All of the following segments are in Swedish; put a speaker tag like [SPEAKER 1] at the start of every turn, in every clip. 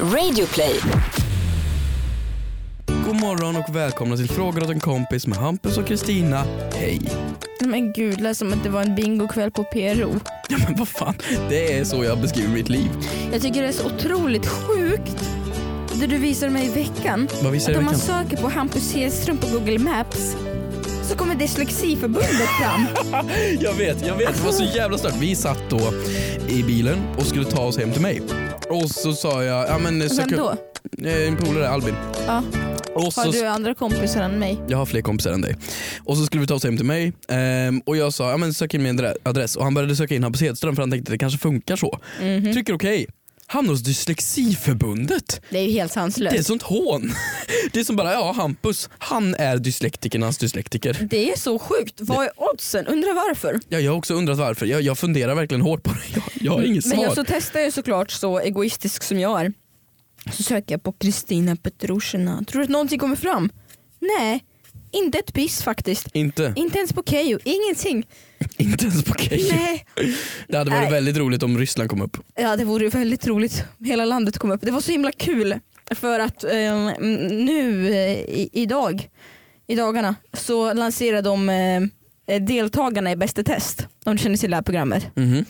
[SPEAKER 1] Radioplay.
[SPEAKER 2] God morgon och välkomna till Frågor åt en kompis med Hampus och Kristina. Hej!
[SPEAKER 3] Men gud, lät som att det var en bingokväll på PRO.
[SPEAKER 2] Ja men vad fan, det är så jag beskriver mitt liv.
[SPEAKER 3] Jag tycker det är så otroligt sjukt det du visade mig i veckan.
[SPEAKER 2] Vad visar
[SPEAKER 3] Att
[SPEAKER 2] du
[SPEAKER 3] om man
[SPEAKER 2] kan?
[SPEAKER 3] söker på Hampus Hedström på Google Maps så kommer Dyslexiförbundet fram.
[SPEAKER 2] Jag vet, jag vet. Det var så jävla stört. Vi satt då i bilen och skulle ta oss hem till mig. Och så sa jag, ja men...
[SPEAKER 3] Vem
[SPEAKER 2] sök upp-
[SPEAKER 3] då?
[SPEAKER 2] Eh, En polare, Albin.
[SPEAKER 3] Ja.
[SPEAKER 2] Och så
[SPEAKER 3] Har du andra kompisar än mig?
[SPEAKER 2] Jag har fler kompisar än dig. Och så skulle vi ta oss hem till mig ehm, och jag sa ja, men sök in min adre- adress och han började söka in Hampus Hedström för han tänkte det kanske funkar så.
[SPEAKER 3] Mhm. Mm.
[SPEAKER 2] Trycker okej. Hamnar hos Dyslexiförbundet.
[SPEAKER 3] Det är ju helt
[SPEAKER 2] Det är
[SPEAKER 3] sanslöst.
[SPEAKER 2] sånt hån. Det är som bara, ja Hampus, han är dyslektikernas dyslektiker.
[SPEAKER 3] Det är så sjukt. Vad är oddsen? Undrar varför?
[SPEAKER 2] Ja, jag har också undrat varför. Jag, jag funderar verkligen hårt på det. Jag, jag har inget
[SPEAKER 3] Men
[SPEAKER 2] svar.
[SPEAKER 3] jag så testar jag såklart så egoistisk som jag är. Så söker jag på Kristina Petrushina. Tror du att någonting kommer fram? Nej, inte ett piss faktiskt.
[SPEAKER 2] Inte,
[SPEAKER 3] Inte ens på Keyyo, ingenting.
[SPEAKER 2] inte ens på Keyyo.
[SPEAKER 3] Nej.
[SPEAKER 2] Det hade varit
[SPEAKER 3] Nej.
[SPEAKER 2] väldigt roligt om Ryssland kom upp.
[SPEAKER 3] Ja det vore ju väldigt roligt om hela landet kom upp. Det var så himla kul för att eh, nu eh, i, idag, i dagarna så lanserar de eh, deltagarna i Bäst i test. De känner till det här programmet
[SPEAKER 2] Mhm.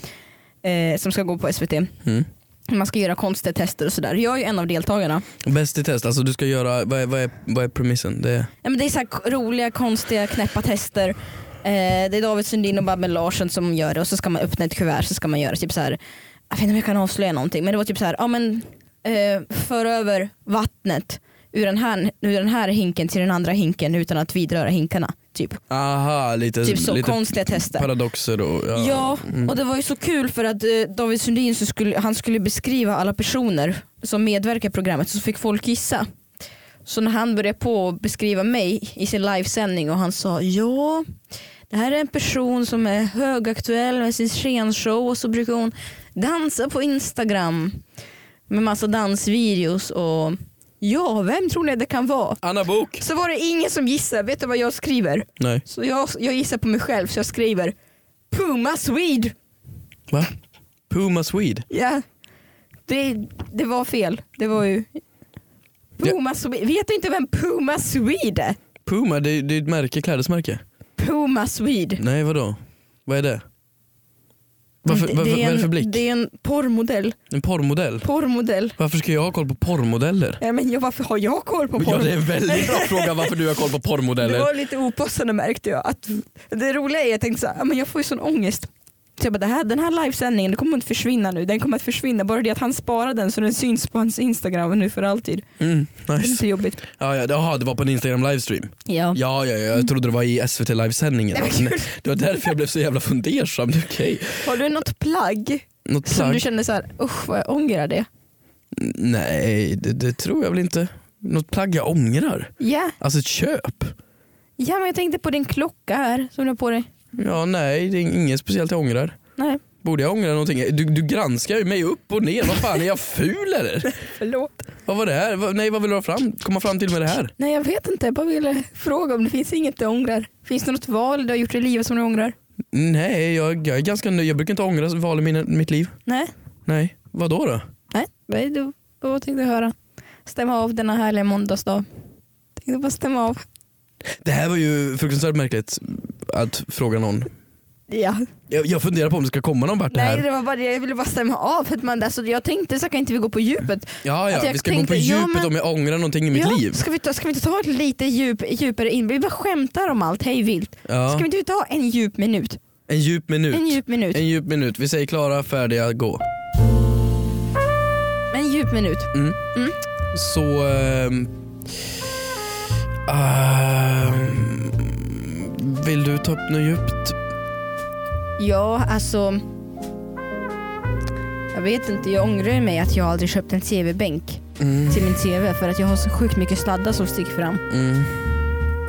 [SPEAKER 3] eh, som ska gå på SVT.
[SPEAKER 2] Mm.
[SPEAKER 3] Man ska göra konstiga tester och sådär. Jag är ju en av deltagarna.
[SPEAKER 2] Bäst i test, alltså du ska göra, vad är, vad är, vad är premissen? Det är,
[SPEAKER 3] Ja, men det är så här k- roliga, konstiga, knäppa tester. Eh, det är David Sundin och Babben Larsson som gör det och så ska man öppna ett kuvert så ska man göra typ så här. jag vet inte om jag kan avslöja någonting men det var typ så här, ja men eh, för över vattnet ur den, här, ur den här hinken till den andra hinken utan att vidröra hinkarna. Typ,
[SPEAKER 2] aha, lite,
[SPEAKER 3] typ så,
[SPEAKER 2] lite
[SPEAKER 3] konstiga tester.
[SPEAKER 2] paradoxer och ja.
[SPEAKER 3] Ja, och det var ju så kul för att eh, David Sundin så skulle, han skulle beskriva alla personer som medverkar i programmet så fick folk gissa. Så när han började på att beskriva mig i sin livesändning och han sa ja, det här är en person som är högaktuell med sin skenshow och så brukar hon dansa på Instagram med massa dansvideos och ja, vem tror ni det kan vara?
[SPEAKER 2] Anna Bok.
[SPEAKER 3] Så var det ingen som gissade, vet du vad jag skriver?
[SPEAKER 2] Nej.
[SPEAKER 3] Så jag, jag gissar på mig själv så jag skriver Puma Swede.
[SPEAKER 2] Va? Puma Swede.
[SPEAKER 3] Ja. Det, det var fel. Det var ju Puma Swede. Vet du inte vem Puma Swede är?
[SPEAKER 2] Puma, det, det är ett märke, klädesmärke.
[SPEAKER 3] Puma Swede.
[SPEAKER 2] Nej, vadå? Vad är det? Varför,
[SPEAKER 3] Det-
[SPEAKER 2] varför,
[SPEAKER 3] det
[SPEAKER 2] vad är det för
[SPEAKER 3] en-
[SPEAKER 2] blick?
[SPEAKER 3] Det är en porrmodell.
[SPEAKER 2] En porrmodell?
[SPEAKER 3] Porrmodell.
[SPEAKER 2] Varför ska jag ha koll på porrmodeller?
[SPEAKER 3] Ja, men jag, varför har jag koll på
[SPEAKER 2] Ja,
[SPEAKER 3] porr?
[SPEAKER 2] det är en väldigt bra fråga varför du har koll på
[SPEAKER 3] det
[SPEAKER 2] porrmodeller.
[SPEAKER 3] var lite opassande märkte jag. Att, det roliga är att jag tänkte så här, ja, men jag får ju sån ångest. Så jag bara, det här, den här livesändningen den kommer inte försvinna nu. Den kommer att försvinna. Bara det att han sparar den så den syns på hans Instagram nu för alltid.
[SPEAKER 2] Mm,
[SPEAKER 3] Det är
[SPEAKER 2] nice.
[SPEAKER 3] lite jobbigt.
[SPEAKER 2] Ja, ja, jaha, det var på en Instagram livestream.
[SPEAKER 3] Ja.
[SPEAKER 2] Ja, ja, ja, jag trodde det var i SVT livesändningen.
[SPEAKER 3] Nej, men gud.
[SPEAKER 2] Nej, Det var därför jag blev så jävla fundersam. Det är Okej.
[SPEAKER 3] Har du något plagg
[SPEAKER 2] Något
[SPEAKER 3] som du
[SPEAKER 2] plagg?
[SPEAKER 3] känner så här, usch vad jag ångrar det?
[SPEAKER 2] Nej, det, det tror jag väl inte. Något plagg jag ångrar?
[SPEAKER 3] Ja,
[SPEAKER 2] Alltså ett köp?
[SPEAKER 3] ja men jag tänkte på din klocka här som du har på dig.
[SPEAKER 2] Ja, nej, det är inget speciellt jag ångrar.
[SPEAKER 3] Nej,
[SPEAKER 2] Borde jag ångra någonting? Du, du granskar ju mig upp och ner. Vad fan, är jag ful eller?
[SPEAKER 3] förlåt.
[SPEAKER 2] Vad var det här? Vad- Nej, vad vill du ha fram? komma fram till med det här?
[SPEAKER 3] Nej jag vet inte, jag bara ville fråga om det finns inget du ångrar. Finns det något val du har gjort i livet som du ångrar?
[SPEAKER 2] Nej, jag, jag är ganska nöjd. Jag brukar inte ångra val i min, mitt liv.
[SPEAKER 3] Nej,
[SPEAKER 2] Nej, vad då? då?
[SPEAKER 3] nej. nej du, vad tänkte jag höra? Stämma av denna härliga måndagsdag. Tänkte bara stämma av.
[SPEAKER 2] Det här var ju fruktansvärt märkligt att fråga någon.
[SPEAKER 3] Ja.
[SPEAKER 2] Jag, jag funderar på om det ska komma någon vart det
[SPEAKER 3] Nej
[SPEAKER 2] här.
[SPEAKER 3] det var bara det, jag ville bara stämma av. För att man, alltså, jag tänkte så här, kan inte vi gå på djupet?
[SPEAKER 2] Ja,
[SPEAKER 3] att
[SPEAKER 2] ja,
[SPEAKER 3] alltså, jag
[SPEAKER 2] vi ska gå
[SPEAKER 3] tänkte,
[SPEAKER 2] på
[SPEAKER 3] ja,
[SPEAKER 2] djupet
[SPEAKER 3] men-
[SPEAKER 2] om jag ångrar någonting i mitt
[SPEAKER 3] ja,
[SPEAKER 2] liv.
[SPEAKER 3] Ska vi, ta, ska vi inte ta ett lite djup, djupare in? Vi bara skämtar om allt hej vilt. Ska
[SPEAKER 2] Ja.
[SPEAKER 3] vi inte ta en djup minut?
[SPEAKER 2] En djup minut.
[SPEAKER 3] En djup minut.
[SPEAKER 2] En djup minut. Vi säger klara, färdiga, gå.
[SPEAKER 3] En djup minut.
[SPEAKER 2] Så... ehm, ehm, vill du ta upp något djupt?
[SPEAKER 3] Ja, alltså. Jag vet inte, jag ångrar ju mig att jag aldrig köpt en TV-bänk
[SPEAKER 2] Mm,
[SPEAKER 3] till min TV för att jag har så sjukt mycket sladdar som sticker fram
[SPEAKER 2] mm,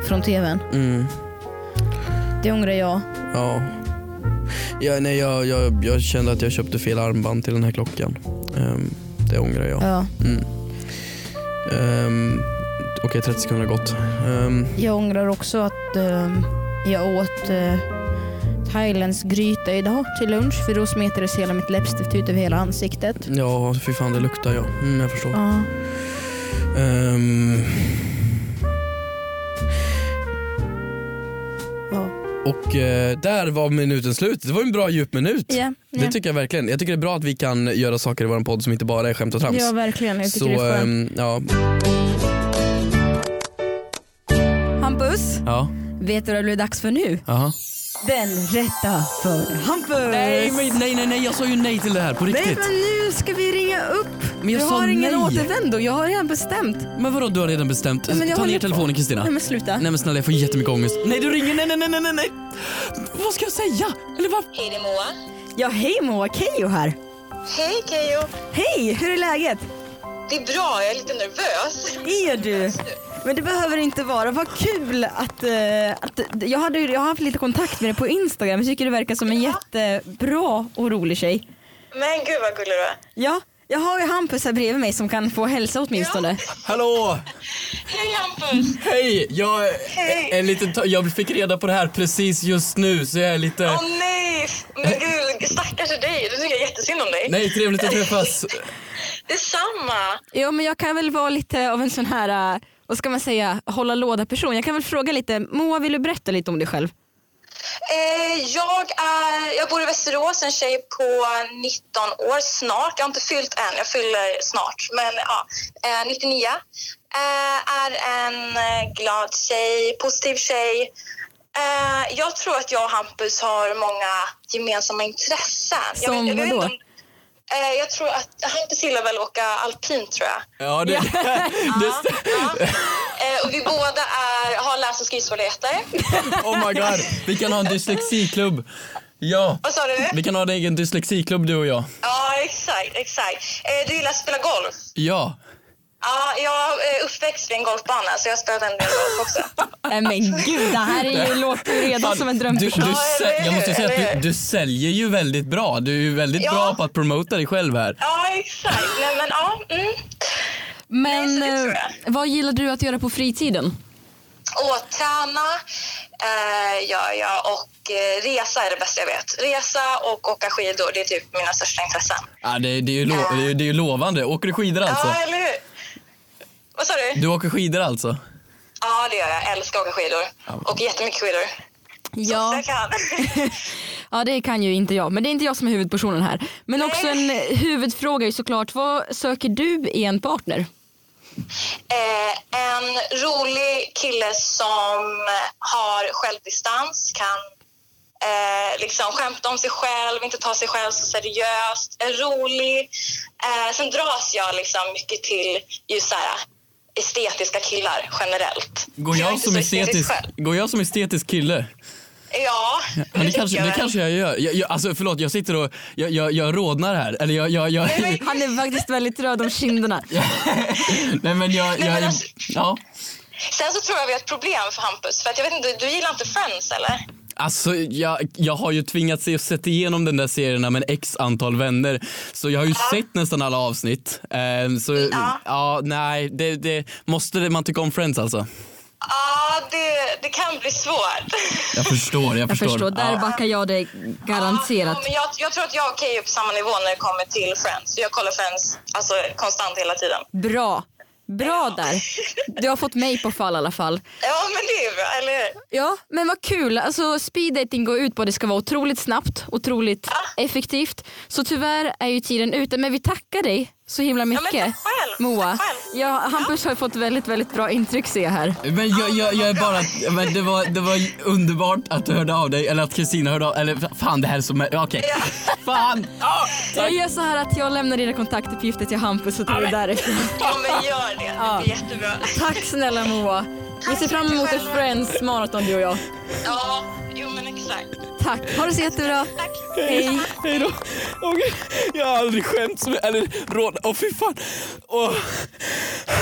[SPEAKER 3] från TVn.
[SPEAKER 2] mm,
[SPEAKER 3] Det ångrar jag.
[SPEAKER 2] ja. ja nej, jag, jag, jag kände att jag köpte fel armband till den här klockan. Ehm, det ångrar jag.
[SPEAKER 3] Ja,
[SPEAKER 2] Mm. Ehm, Okej, 30 sekunder har gått. Ehm,
[SPEAKER 3] jag ångrar också att eh, jag åt eh, ett thailändsk gryta idag till lunch för då smetades hela mitt läppstift ut över hela ansiktet.
[SPEAKER 2] Ja, fy fan det luktar ja. Mm, jag förstår.
[SPEAKER 3] Ja.
[SPEAKER 2] Ehm,
[SPEAKER 3] Ja.
[SPEAKER 2] och eh, där var minuten slut. Det var en bra djup minut.
[SPEAKER 3] Ja,
[SPEAKER 2] Det tycker jag verkligen. Jag tycker det är bra att vi kan göra saker i vår podd som inte bara är skämt och trams.
[SPEAKER 3] ja verkligen. Jag tycker
[SPEAKER 2] Så,
[SPEAKER 3] det är skönt.
[SPEAKER 2] ehm, ja. ehm,
[SPEAKER 3] Hampus,
[SPEAKER 2] Ja,
[SPEAKER 3] vet du vad det blir dags för nu?
[SPEAKER 2] aha.
[SPEAKER 3] Den rätta för Hampus!
[SPEAKER 2] Nej, men, nej, nej, nej, jag sa ju nej till det här på
[SPEAKER 3] Nej
[SPEAKER 2] riktigt.
[SPEAKER 3] men nu ska vi ringa upp.
[SPEAKER 2] Men jag
[SPEAKER 3] du
[SPEAKER 2] sa
[SPEAKER 3] har ingen
[SPEAKER 2] nej.
[SPEAKER 3] återvändo, jag har redan bestämt.
[SPEAKER 2] men, vadå, du har redan bestämt?
[SPEAKER 3] Nej, men jag
[SPEAKER 2] Ta ner
[SPEAKER 3] håller på.
[SPEAKER 2] telefonen Kristina.
[SPEAKER 3] Nej men sluta.
[SPEAKER 2] Nej men snälla jag får jättemycket ångest. Nej du ringer, nej nej nej nej, nej nej. Vad ska jag säga? Eller vad?
[SPEAKER 1] Hej, det är Moa.
[SPEAKER 3] Ja hej Moa, Keyyo här.
[SPEAKER 1] Hej, Keyyo.
[SPEAKER 3] Hej, hur är läget?
[SPEAKER 1] Det är bra, jag är lite nervös.
[SPEAKER 3] Är du? Men det behöver inte vara. Vad kul att, eh, att jag, hade, ju- jag har haft lite kontakt med dig på Instagram. Jag tycker du verkar som en jättebra och rolig tjej.
[SPEAKER 1] Men gud vad gullig du är.
[SPEAKER 3] Ja, jag har ju Hampus här bredvid mig som kan få hälsa åtminstone.
[SPEAKER 2] Hallå!
[SPEAKER 1] Hej, Hampus.
[SPEAKER 2] Hej! Jag
[SPEAKER 1] Hej.
[SPEAKER 2] är lite ta- jag fick reda på det här precis just nu så jag är lite...
[SPEAKER 1] Åh nej! Men gud, stackars dig. Du tycker jag jättesynd om dig.
[SPEAKER 2] Nej trevligt att träffas.
[SPEAKER 1] Detsamma.
[SPEAKER 3] Ja, men jag kan väl vara lite av en sån här, eh, vad ska man säga, hålla låda person. Jag kan väl fråga lite, Moa vill du berätta lite om dig själv?
[SPEAKER 1] Eh, jag, är, jag bor i Västerås, en tjej på 19 år snart. Jag har inte fyllt än, jag fyller snart. Men ja, eh, 99. Eh, är en eh, glad tjej, positiv tjej. Eh, jag tror att jag och Hampus har många gemensamma intressen. jag
[SPEAKER 3] Som
[SPEAKER 1] jag
[SPEAKER 3] vadå?
[SPEAKER 1] inte om- eh, jag tror att Hampus gillar väl att åka alpint tror jag.
[SPEAKER 2] Ja det... det
[SPEAKER 1] Ja. Eh, och vi båda är, har läs och skrivsvårigheter.
[SPEAKER 2] oh my god. Vi kan ha en dyslexiklubb. Ja.
[SPEAKER 1] Vad sa du?
[SPEAKER 2] Vi kan ha en egen dyslexiklubb du och jag.
[SPEAKER 1] Ja, exakt. exakt. Eh, du gillar att spela golf.
[SPEAKER 2] Ja.
[SPEAKER 1] Ja, jag är eh, uppväxt vid en golfbana så jag spelade en del golf också.
[SPEAKER 3] Nej men gud, det här är ju, låter ju redan
[SPEAKER 2] Fan,
[SPEAKER 3] som en
[SPEAKER 2] du, du,
[SPEAKER 3] drömperson.
[SPEAKER 1] eller
[SPEAKER 2] sä-
[SPEAKER 1] hur,
[SPEAKER 2] jag måste säga
[SPEAKER 1] eller
[SPEAKER 2] att
[SPEAKER 1] hur?
[SPEAKER 2] du, du säljer ju väldigt bra. Du är ju väldigt
[SPEAKER 1] Ja.
[SPEAKER 2] bra på att promota dig själv här.
[SPEAKER 1] Ja, exakt. Nej, men ja. Mm.
[SPEAKER 3] Men
[SPEAKER 1] Nej, så det tror
[SPEAKER 3] eh, vad gillar du att göra på fritiden?
[SPEAKER 1] Och träna eh, gör jag och eh, resa är det bästa jag vet. Resa och åka skidor, det är typ mina största intressen.
[SPEAKER 2] Ja, det, det, är ju lo- det, är, ju- det är ju lovande. Åker du skidor alltså?
[SPEAKER 1] Ja, eller hur? Vad sa du?
[SPEAKER 2] Du åker skidor alltså?
[SPEAKER 1] Ja, det gör jag. Jag älskar att åka skidor. Och jättemycket skidor.
[SPEAKER 3] Ja,
[SPEAKER 1] Jag kan.
[SPEAKER 3] ja, det kan ju inte jag. Men det är inte jag som är huvudpersonen här. Men också en eh, huvudfråga är ju såklart, vad söker du i en partner?
[SPEAKER 1] Eh, en rolig kille som har självdistans, kan eh, liksom skämta om sig själv, inte ta sig själv så seriöst, är rolig. Eh, sen dras jag liksom mycket till just så här, estetiska killar generellt.
[SPEAKER 2] Går
[SPEAKER 1] är
[SPEAKER 2] jag,
[SPEAKER 1] inte
[SPEAKER 2] som
[SPEAKER 1] så estetisk
[SPEAKER 2] estetisk,
[SPEAKER 1] själv.
[SPEAKER 2] går jag som estetisk kille?
[SPEAKER 1] Ja,
[SPEAKER 2] Ja, det,
[SPEAKER 1] tycker
[SPEAKER 2] kanske,
[SPEAKER 1] jag
[SPEAKER 2] det
[SPEAKER 1] väl.
[SPEAKER 2] kanske jag gör. Jag, jag, alltså, förlåt, jag sitter och... Jag, jag, jag rodnar här. Eller jag... jag, jag
[SPEAKER 1] Nej,
[SPEAKER 3] Han är faktiskt väldigt röd om kinderna.
[SPEAKER 2] nej men jag...
[SPEAKER 1] Nej, men
[SPEAKER 2] jag
[SPEAKER 1] alltså-
[SPEAKER 2] ja.
[SPEAKER 1] Sen så tror jag vi har ett problem för Hampus, för att jag vet inte, du gillar inte Friends eller?
[SPEAKER 2] Alltså, jag, jag har ju tvingats se, sett igenom den där serien med x antal vänner. Så jag har ju sett nästan alla avsnitt. Ehm, så ja,
[SPEAKER 1] Ja.
[SPEAKER 2] nej, det, det måste det, man tycka om Friends alltså.
[SPEAKER 1] Ja, det, det kan bli svårt.
[SPEAKER 2] Jag förstår, jag
[SPEAKER 3] Jag
[SPEAKER 2] förstår.
[SPEAKER 3] förstår, där
[SPEAKER 2] Ja.
[SPEAKER 3] backar jag dig
[SPEAKER 1] Ja,
[SPEAKER 3] garanterat.
[SPEAKER 1] men jag, jag tror att jag och Keyyo är på samma nivå när det kommer till Friends. Jag kollar Friends alltså, konstant hela tiden.
[SPEAKER 3] Bra, bra där. Du har fått mig på fall i alla fall.
[SPEAKER 1] Ja, men det är bra, eller hur?
[SPEAKER 3] Ja, men vad kul. Alltså, speed dating går ut på att det ska vara otroligt snabbt, otroligt
[SPEAKER 1] Ah.
[SPEAKER 3] effektivt. Så tyvärr är ju tiden ute, men vi tackar dig så himla
[SPEAKER 1] men
[SPEAKER 3] mycket.
[SPEAKER 1] tack själv.
[SPEAKER 3] Moa.
[SPEAKER 1] Tack själv.
[SPEAKER 3] Ja, Hampus har fått väldigt, väldigt bra intryck ser jag här.
[SPEAKER 2] Men jag, jag, jag är bara, men det, var, det var underbart att du hörde av dig, eller att Kristina hörde av eller fan det här är så mär- okej. Fan! Ah,
[SPEAKER 3] Jag
[SPEAKER 2] tack.
[SPEAKER 3] gör så här att jag lämnar dina kontaktuppgifter till Hampus så tar du därifrån.
[SPEAKER 1] Ja, men gör det. Det blir jättebra.
[SPEAKER 3] Tack snälla Moa. Vi ser fram emot ett Friends maraton du och jag.
[SPEAKER 1] Ja, jo men exakt.
[SPEAKER 3] Tack, ha det så jättebra.
[SPEAKER 1] Tack.
[SPEAKER 3] Hej.
[SPEAKER 2] Hej då. Åh, gud. jag har aldrig skämt som eller råd. Åh fy fan. Åh.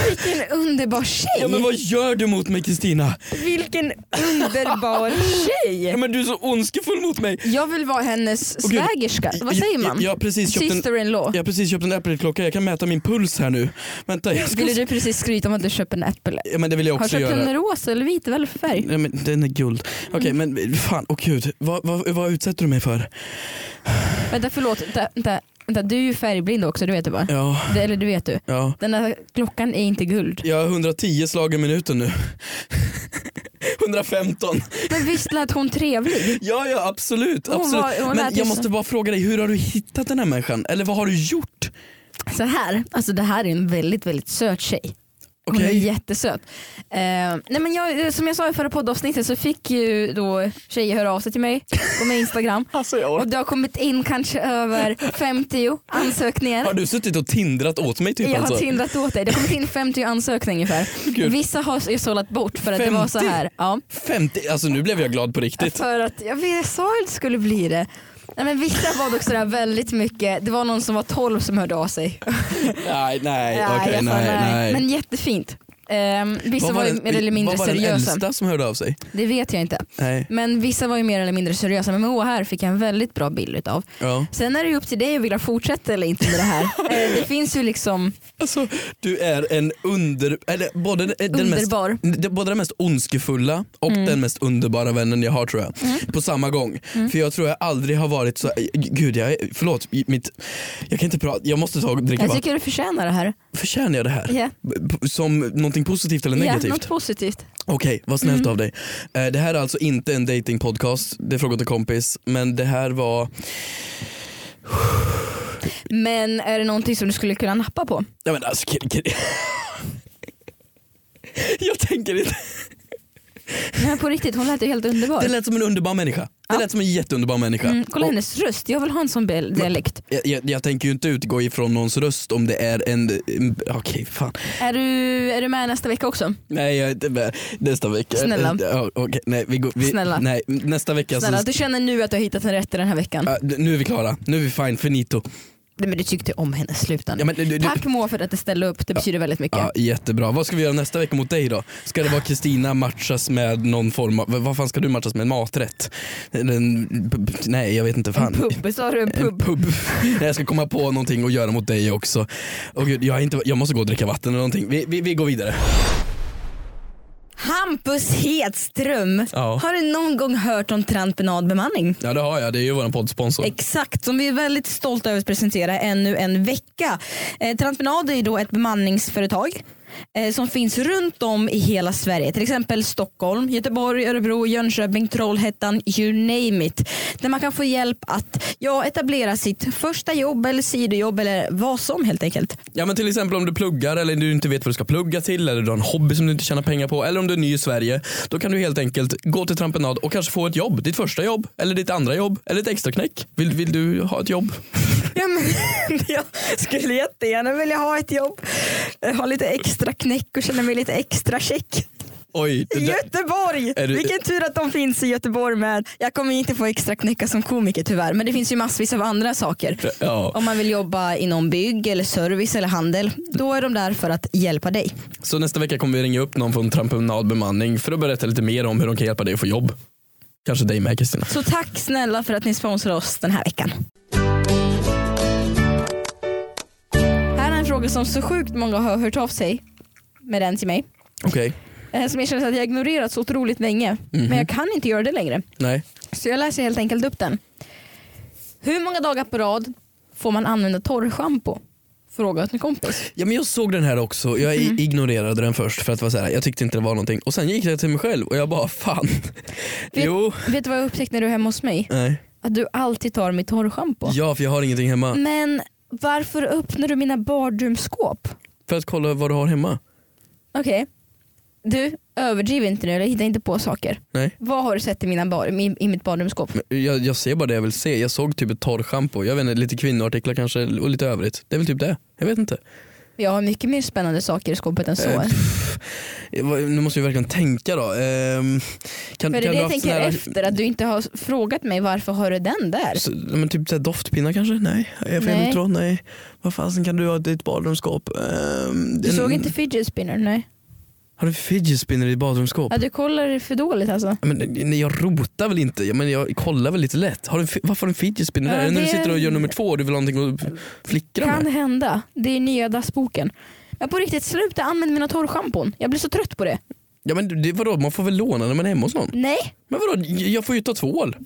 [SPEAKER 3] Vilken underbar
[SPEAKER 2] Ja, men
[SPEAKER 3] tjej.
[SPEAKER 2] vad gör du mot mig Kristina?
[SPEAKER 3] Vilken underbar
[SPEAKER 2] Ja,
[SPEAKER 3] tjej.
[SPEAKER 2] men du är så ondskefull mot mig.
[SPEAKER 3] Jag vill vara hennes
[SPEAKER 2] Åh, gud.
[SPEAKER 3] svägerska. Vad
[SPEAKER 2] Jag-
[SPEAKER 3] säger man?
[SPEAKER 2] Jag, jag, har precis köpt en,
[SPEAKER 3] Sister-in-law.
[SPEAKER 2] jag har precis köpt en Apple-klocka, jag kan mäta min puls här nu. Vänta, jag ska...
[SPEAKER 3] Skulle du precis skryta om att du köper en äpple?
[SPEAKER 2] Ja, men det vill jag
[SPEAKER 3] Har du
[SPEAKER 2] också
[SPEAKER 3] köpt
[SPEAKER 2] göra.
[SPEAKER 3] en rosa eller vit? Vad är det för färg? Mm.
[SPEAKER 2] Nej, men den är guld. Okej men fan, åh gud. Vad, vad, vad, vad utsätter du mig för?
[SPEAKER 3] Vänta förlåt, vänta, vänta, vänta, du är ju färgblind också, du vet det va?
[SPEAKER 2] Ja,
[SPEAKER 3] Det, eller du vet du.
[SPEAKER 2] ja.
[SPEAKER 3] Den där klockan är inte guld.
[SPEAKER 2] Jag har 110 slag i minuten nu. 115.
[SPEAKER 3] Men visst lät hon trevlig?
[SPEAKER 2] Ja, ja absolut.
[SPEAKER 3] Hon
[SPEAKER 2] absolut.
[SPEAKER 3] var- hon lät
[SPEAKER 2] Men
[SPEAKER 3] ju
[SPEAKER 2] jag
[SPEAKER 3] så-
[SPEAKER 2] måste bara fråga dig, hur har du hittat den här människan? Eller vad har du gjort?
[SPEAKER 3] Så här, alltså det här är en väldigt väldigt söt tjej. Hon är
[SPEAKER 2] Okej.
[SPEAKER 3] jättesöt. Eh, nej men jag, eh, som jag sa i förra poddavsnittet så fick ju då tjejer höra av sig till mig på min instagram.
[SPEAKER 2] Alltså, jag
[SPEAKER 3] Och det har kommit in kanske över 50 ansökningar.
[SPEAKER 2] Har du typ suttit och tindrat åt mig typ
[SPEAKER 3] Jag har
[SPEAKER 2] alltså?
[SPEAKER 3] tindrat åt dig. Det har kommit in 50 ansökningar ungefär.
[SPEAKER 2] Gud.
[SPEAKER 3] Vissa har ju sållat bort för att det var så
[SPEAKER 2] 50?
[SPEAKER 3] här. Ja.
[SPEAKER 2] 50, alltså nu blev jag glad på riktigt.
[SPEAKER 3] För att jag vet- jag sa att det skulle bli det. Nej, men vissa var dock sådär väldigt mycket, det var någon som var 12 som hörde av sig.
[SPEAKER 2] Nej, nej,
[SPEAKER 3] Ja,
[SPEAKER 2] okej,
[SPEAKER 3] jag sa
[SPEAKER 2] nej, nej.
[SPEAKER 3] Men jättefint. Ehm, vissa var, ju
[SPEAKER 2] den-
[SPEAKER 3] mer eller mindre
[SPEAKER 2] vad var den
[SPEAKER 3] seriösa.
[SPEAKER 2] äldsta som hörde av sig?
[SPEAKER 3] Det vet jag inte.
[SPEAKER 2] Nej.
[SPEAKER 3] Men vissa var ju mer eller mindre seriösa. Men med här fick jag en väldigt bra bild utav.
[SPEAKER 2] Ja.
[SPEAKER 3] Sen är det ju upp till dig att vilja fortsätta eller inte med det här. Eh, det finns ju liksom
[SPEAKER 2] Alltså, du är en under... Eller, både, den- den mest,
[SPEAKER 3] underbar. Mm.
[SPEAKER 2] Det- Både den mest ondskefulla och den mest underbara vännen jag har tror jag. På samma gång.
[SPEAKER 3] Mm.
[SPEAKER 2] För jag tror jag aldrig har varit så, gud jag är, förlåt, mitt, jag kan inte prata, jag måste ta och dricka
[SPEAKER 3] Jag
[SPEAKER 2] vatten.
[SPEAKER 3] tycker du förtjänar det här.
[SPEAKER 2] Förtjänar jag det här?
[SPEAKER 3] Ja.
[SPEAKER 2] B- p- Som någonting positivt eller
[SPEAKER 3] Ja,
[SPEAKER 2] negativt?
[SPEAKER 3] något Mm. positivt.
[SPEAKER 2] Okej, vad snällt av dig. Eh, Det här är alltså inte en datingpodcast, det är Fråga åt en kompis, men det här var,
[SPEAKER 3] Men är det någonting som du skulle kunna nappa på?
[SPEAKER 2] nej men alltså kill, kill. Jag tänker inte,
[SPEAKER 3] Nej på riktigt, hon lät ju helt underbar.
[SPEAKER 2] det lät som en underbar människa. Det
[SPEAKER 3] Ja.
[SPEAKER 2] lät som en jätteunderbar människa.
[SPEAKER 3] Mm, kolla
[SPEAKER 2] Och-
[SPEAKER 3] hennes röst, jag vill ha en sån bel- dialekt.
[SPEAKER 2] Jag, jag, jag tänker ju inte utgå ifrån någons röst om det är en... en- Okej, fan.
[SPEAKER 3] Är du, är du med nästa vecka också?
[SPEAKER 2] Nej, jag är inte med. Nästa vecka.
[SPEAKER 3] Snälla.
[SPEAKER 2] Ja, okej, nej, vi går, vi,
[SPEAKER 3] Snälla.
[SPEAKER 2] Nej, nästa vecka
[SPEAKER 3] Snälla,
[SPEAKER 2] så...
[SPEAKER 3] du känner nu att du har hittat en rätt i den här veckan.
[SPEAKER 2] Ja, nu är vi klara. Nu är vi fine. Finito.
[SPEAKER 3] Nej, men du tyckte om henne, sluta nu.
[SPEAKER 2] Ja, men, du, du,
[SPEAKER 3] Tack Moa för att du ställde upp, det betyder väldigt mycket.
[SPEAKER 2] Ja, jättebra. Vad ska vi göra nästa vecka mot dig då? Ska det vara Kristina matchas med någon form av... Vad fan ska du matchas med? En maträtt? Eller en, p- p- nej, jag vet inte. Fan.
[SPEAKER 3] en pub, sa du en
[SPEAKER 2] En
[SPEAKER 3] pub?
[SPEAKER 2] Eh, pub. Nej, jag ska komma på någonting att göra mot dig också. Åh gud, jag, är inte, jag måste gå och dricka vatten eller någonting. Vi, vi, vi går vidare.
[SPEAKER 3] Hampus Hedström,
[SPEAKER 2] Ja.
[SPEAKER 3] har du någon gång hört om Trantpenadbemanning?
[SPEAKER 2] Ja det har jag, det är ju vår poddsponsor.
[SPEAKER 3] Exakt, som vi är väldigt stolta över att presentera ännu en vecka. Eh, Transprenad är ju då ett bemanningsföretag eh, som finns runt om i hela Sverige. Till exempel Stockholm, Göteborg, Örebro, Jönköping, Trollhättan, you name it. Där man kan få hjälp att ja, etablera sitt första jobb eller sidojobb eller vad som helt enkelt.
[SPEAKER 2] Ja men till exempel om du pluggar eller du inte vet vad du ska plugga till eller du har en hobby som du inte tjänar pengar på eller om du är ny i Sverige. Då kan du helt enkelt gå till Trampenad och kanske få ett jobb. Ditt första jobb eller ditt andra jobb eller ett extra knäck. Vill, vill du ha ett jobb?
[SPEAKER 3] Ja, men, jag skulle jättegärna vilja ha ett jobb, eh, ha lite extra knäck och känna mig lite extra check.
[SPEAKER 2] Oj, det
[SPEAKER 3] I
[SPEAKER 2] där,
[SPEAKER 3] Göteborg!
[SPEAKER 2] Är du-
[SPEAKER 3] Vilken tur att de finns i Göteborg med. Jag kommer inte få extra knäcka som komiker tyvärr men det finns ju massvis av andra saker.
[SPEAKER 2] ja.
[SPEAKER 3] Om man vill jobba inom bygg eller service eller handel då är de där för att hjälpa dig.
[SPEAKER 2] Så nästa vecka kommer vi ringa upp någon från Trampenad bemanning för att berätta lite mer om hur de kan hjälpa dig att få jobb. Kanske dig med Kristina.
[SPEAKER 3] Så tack snälla för att ni sponsrar oss den här veckan. Här är en fråga som så sjukt många har hört av sig med den till mig.
[SPEAKER 2] Okej,
[SPEAKER 3] Eh, Som jag känner att jag ignorerat så otroligt länge
[SPEAKER 2] Mhm.
[SPEAKER 3] men jag kan inte göra det längre.
[SPEAKER 2] nej.
[SPEAKER 3] Så jag läser helt enkelt upp den. Hur många dagar på rad får man använda torrschampo? Fråga åt en kompis.
[SPEAKER 2] Ja, men jag såg den här också, jag
[SPEAKER 3] Mm.
[SPEAKER 2] i- ignorerade den först för att vara så här, jag tyckte inte det var någonting. Och sen gick jag till mig själv och jag bara fan. Jo.
[SPEAKER 3] Vet du vad jag upptäckte när du är hemma hos mig?
[SPEAKER 2] Nej.
[SPEAKER 3] Att du alltid tar mitt torrschampo.
[SPEAKER 2] Ja för jag har ingenting hemma.
[SPEAKER 3] Men varför öppnar du mina badrumsskåp?
[SPEAKER 2] För att kolla vad du har hemma.
[SPEAKER 3] Okej. Du, överdriv inte nu eller hitta inte på saker.
[SPEAKER 2] Nej.
[SPEAKER 3] Vad har du sett i, mina bar, i, i mitt badrumsskåp?
[SPEAKER 2] Men eh, jag, jag ser bara det jag vill se. Jag såg typ ett torrschampo, jag vet inte, lite kvinnoartiklar kanske och lite övrigt. Det är väl typ det. Jag vet inte.
[SPEAKER 3] Jag har mycket mer spännande saker i skåpet än så.
[SPEAKER 2] Eh, pff. Eh, Vad- Nu måste vi verkligen tänka då. Ehm, kan,
[SPEAKER 3] För det är det
[SPEAKER 2] ha
[SPEAKER 3] jag
[SPEAKER 2] haft
[SPEAKER 3] tänker
[SPEAKER 2] sån här-
[SPEAKER 3] efter, att du inte har frågat mig varför har du den där?
[SPEAKER 2] Så, ja, men typ så här doftpinnar kanske? Nej. Jag får
[SPEAKER 3] Nej.
[SPEAKER 2] inte tro, nej. Vad fasen kan du ha i ditt badrumsskåp? Ehm,
[SPEAKER 3] Du
[SPEAKER 2] en-
[SPEAKER 3] såg inte fidget spinner? Nej.
[SPEAKER 2] Har du fidget spinner i ditt badrumsskåp?
[SPEAKER 3] Ja, du kollar för dåligt alltså.
[SPEAKER 2] Ja, Men, eh, nej, jag rotar väl inte, Ja, men jag kollar väl lite lätt. Har du, en fi- varför har du en fidget spinner
[SPEAKER 3] Ja,
[SPEAKER 2] där? Är det när du
[SPEAKER 3] det-
[SPEAKER 2] sitter och gör nummer två och du vill ha någonting att flickra
[SPEAKER 3] Kan
[SPEAKER 2] med?
[SPEAKER 3] hända. Det är nya dassboken. Men på riktigt, sluta använda mina torrschampon. Jag blir så trött på det.
[SPEAKER 2] Ja men det, vadå, man får väl låna när man är hemma hos någon?
[SPEAKER 3] Nej,
[SPEAKER 2] Men vadå, jag får ju ta tvål.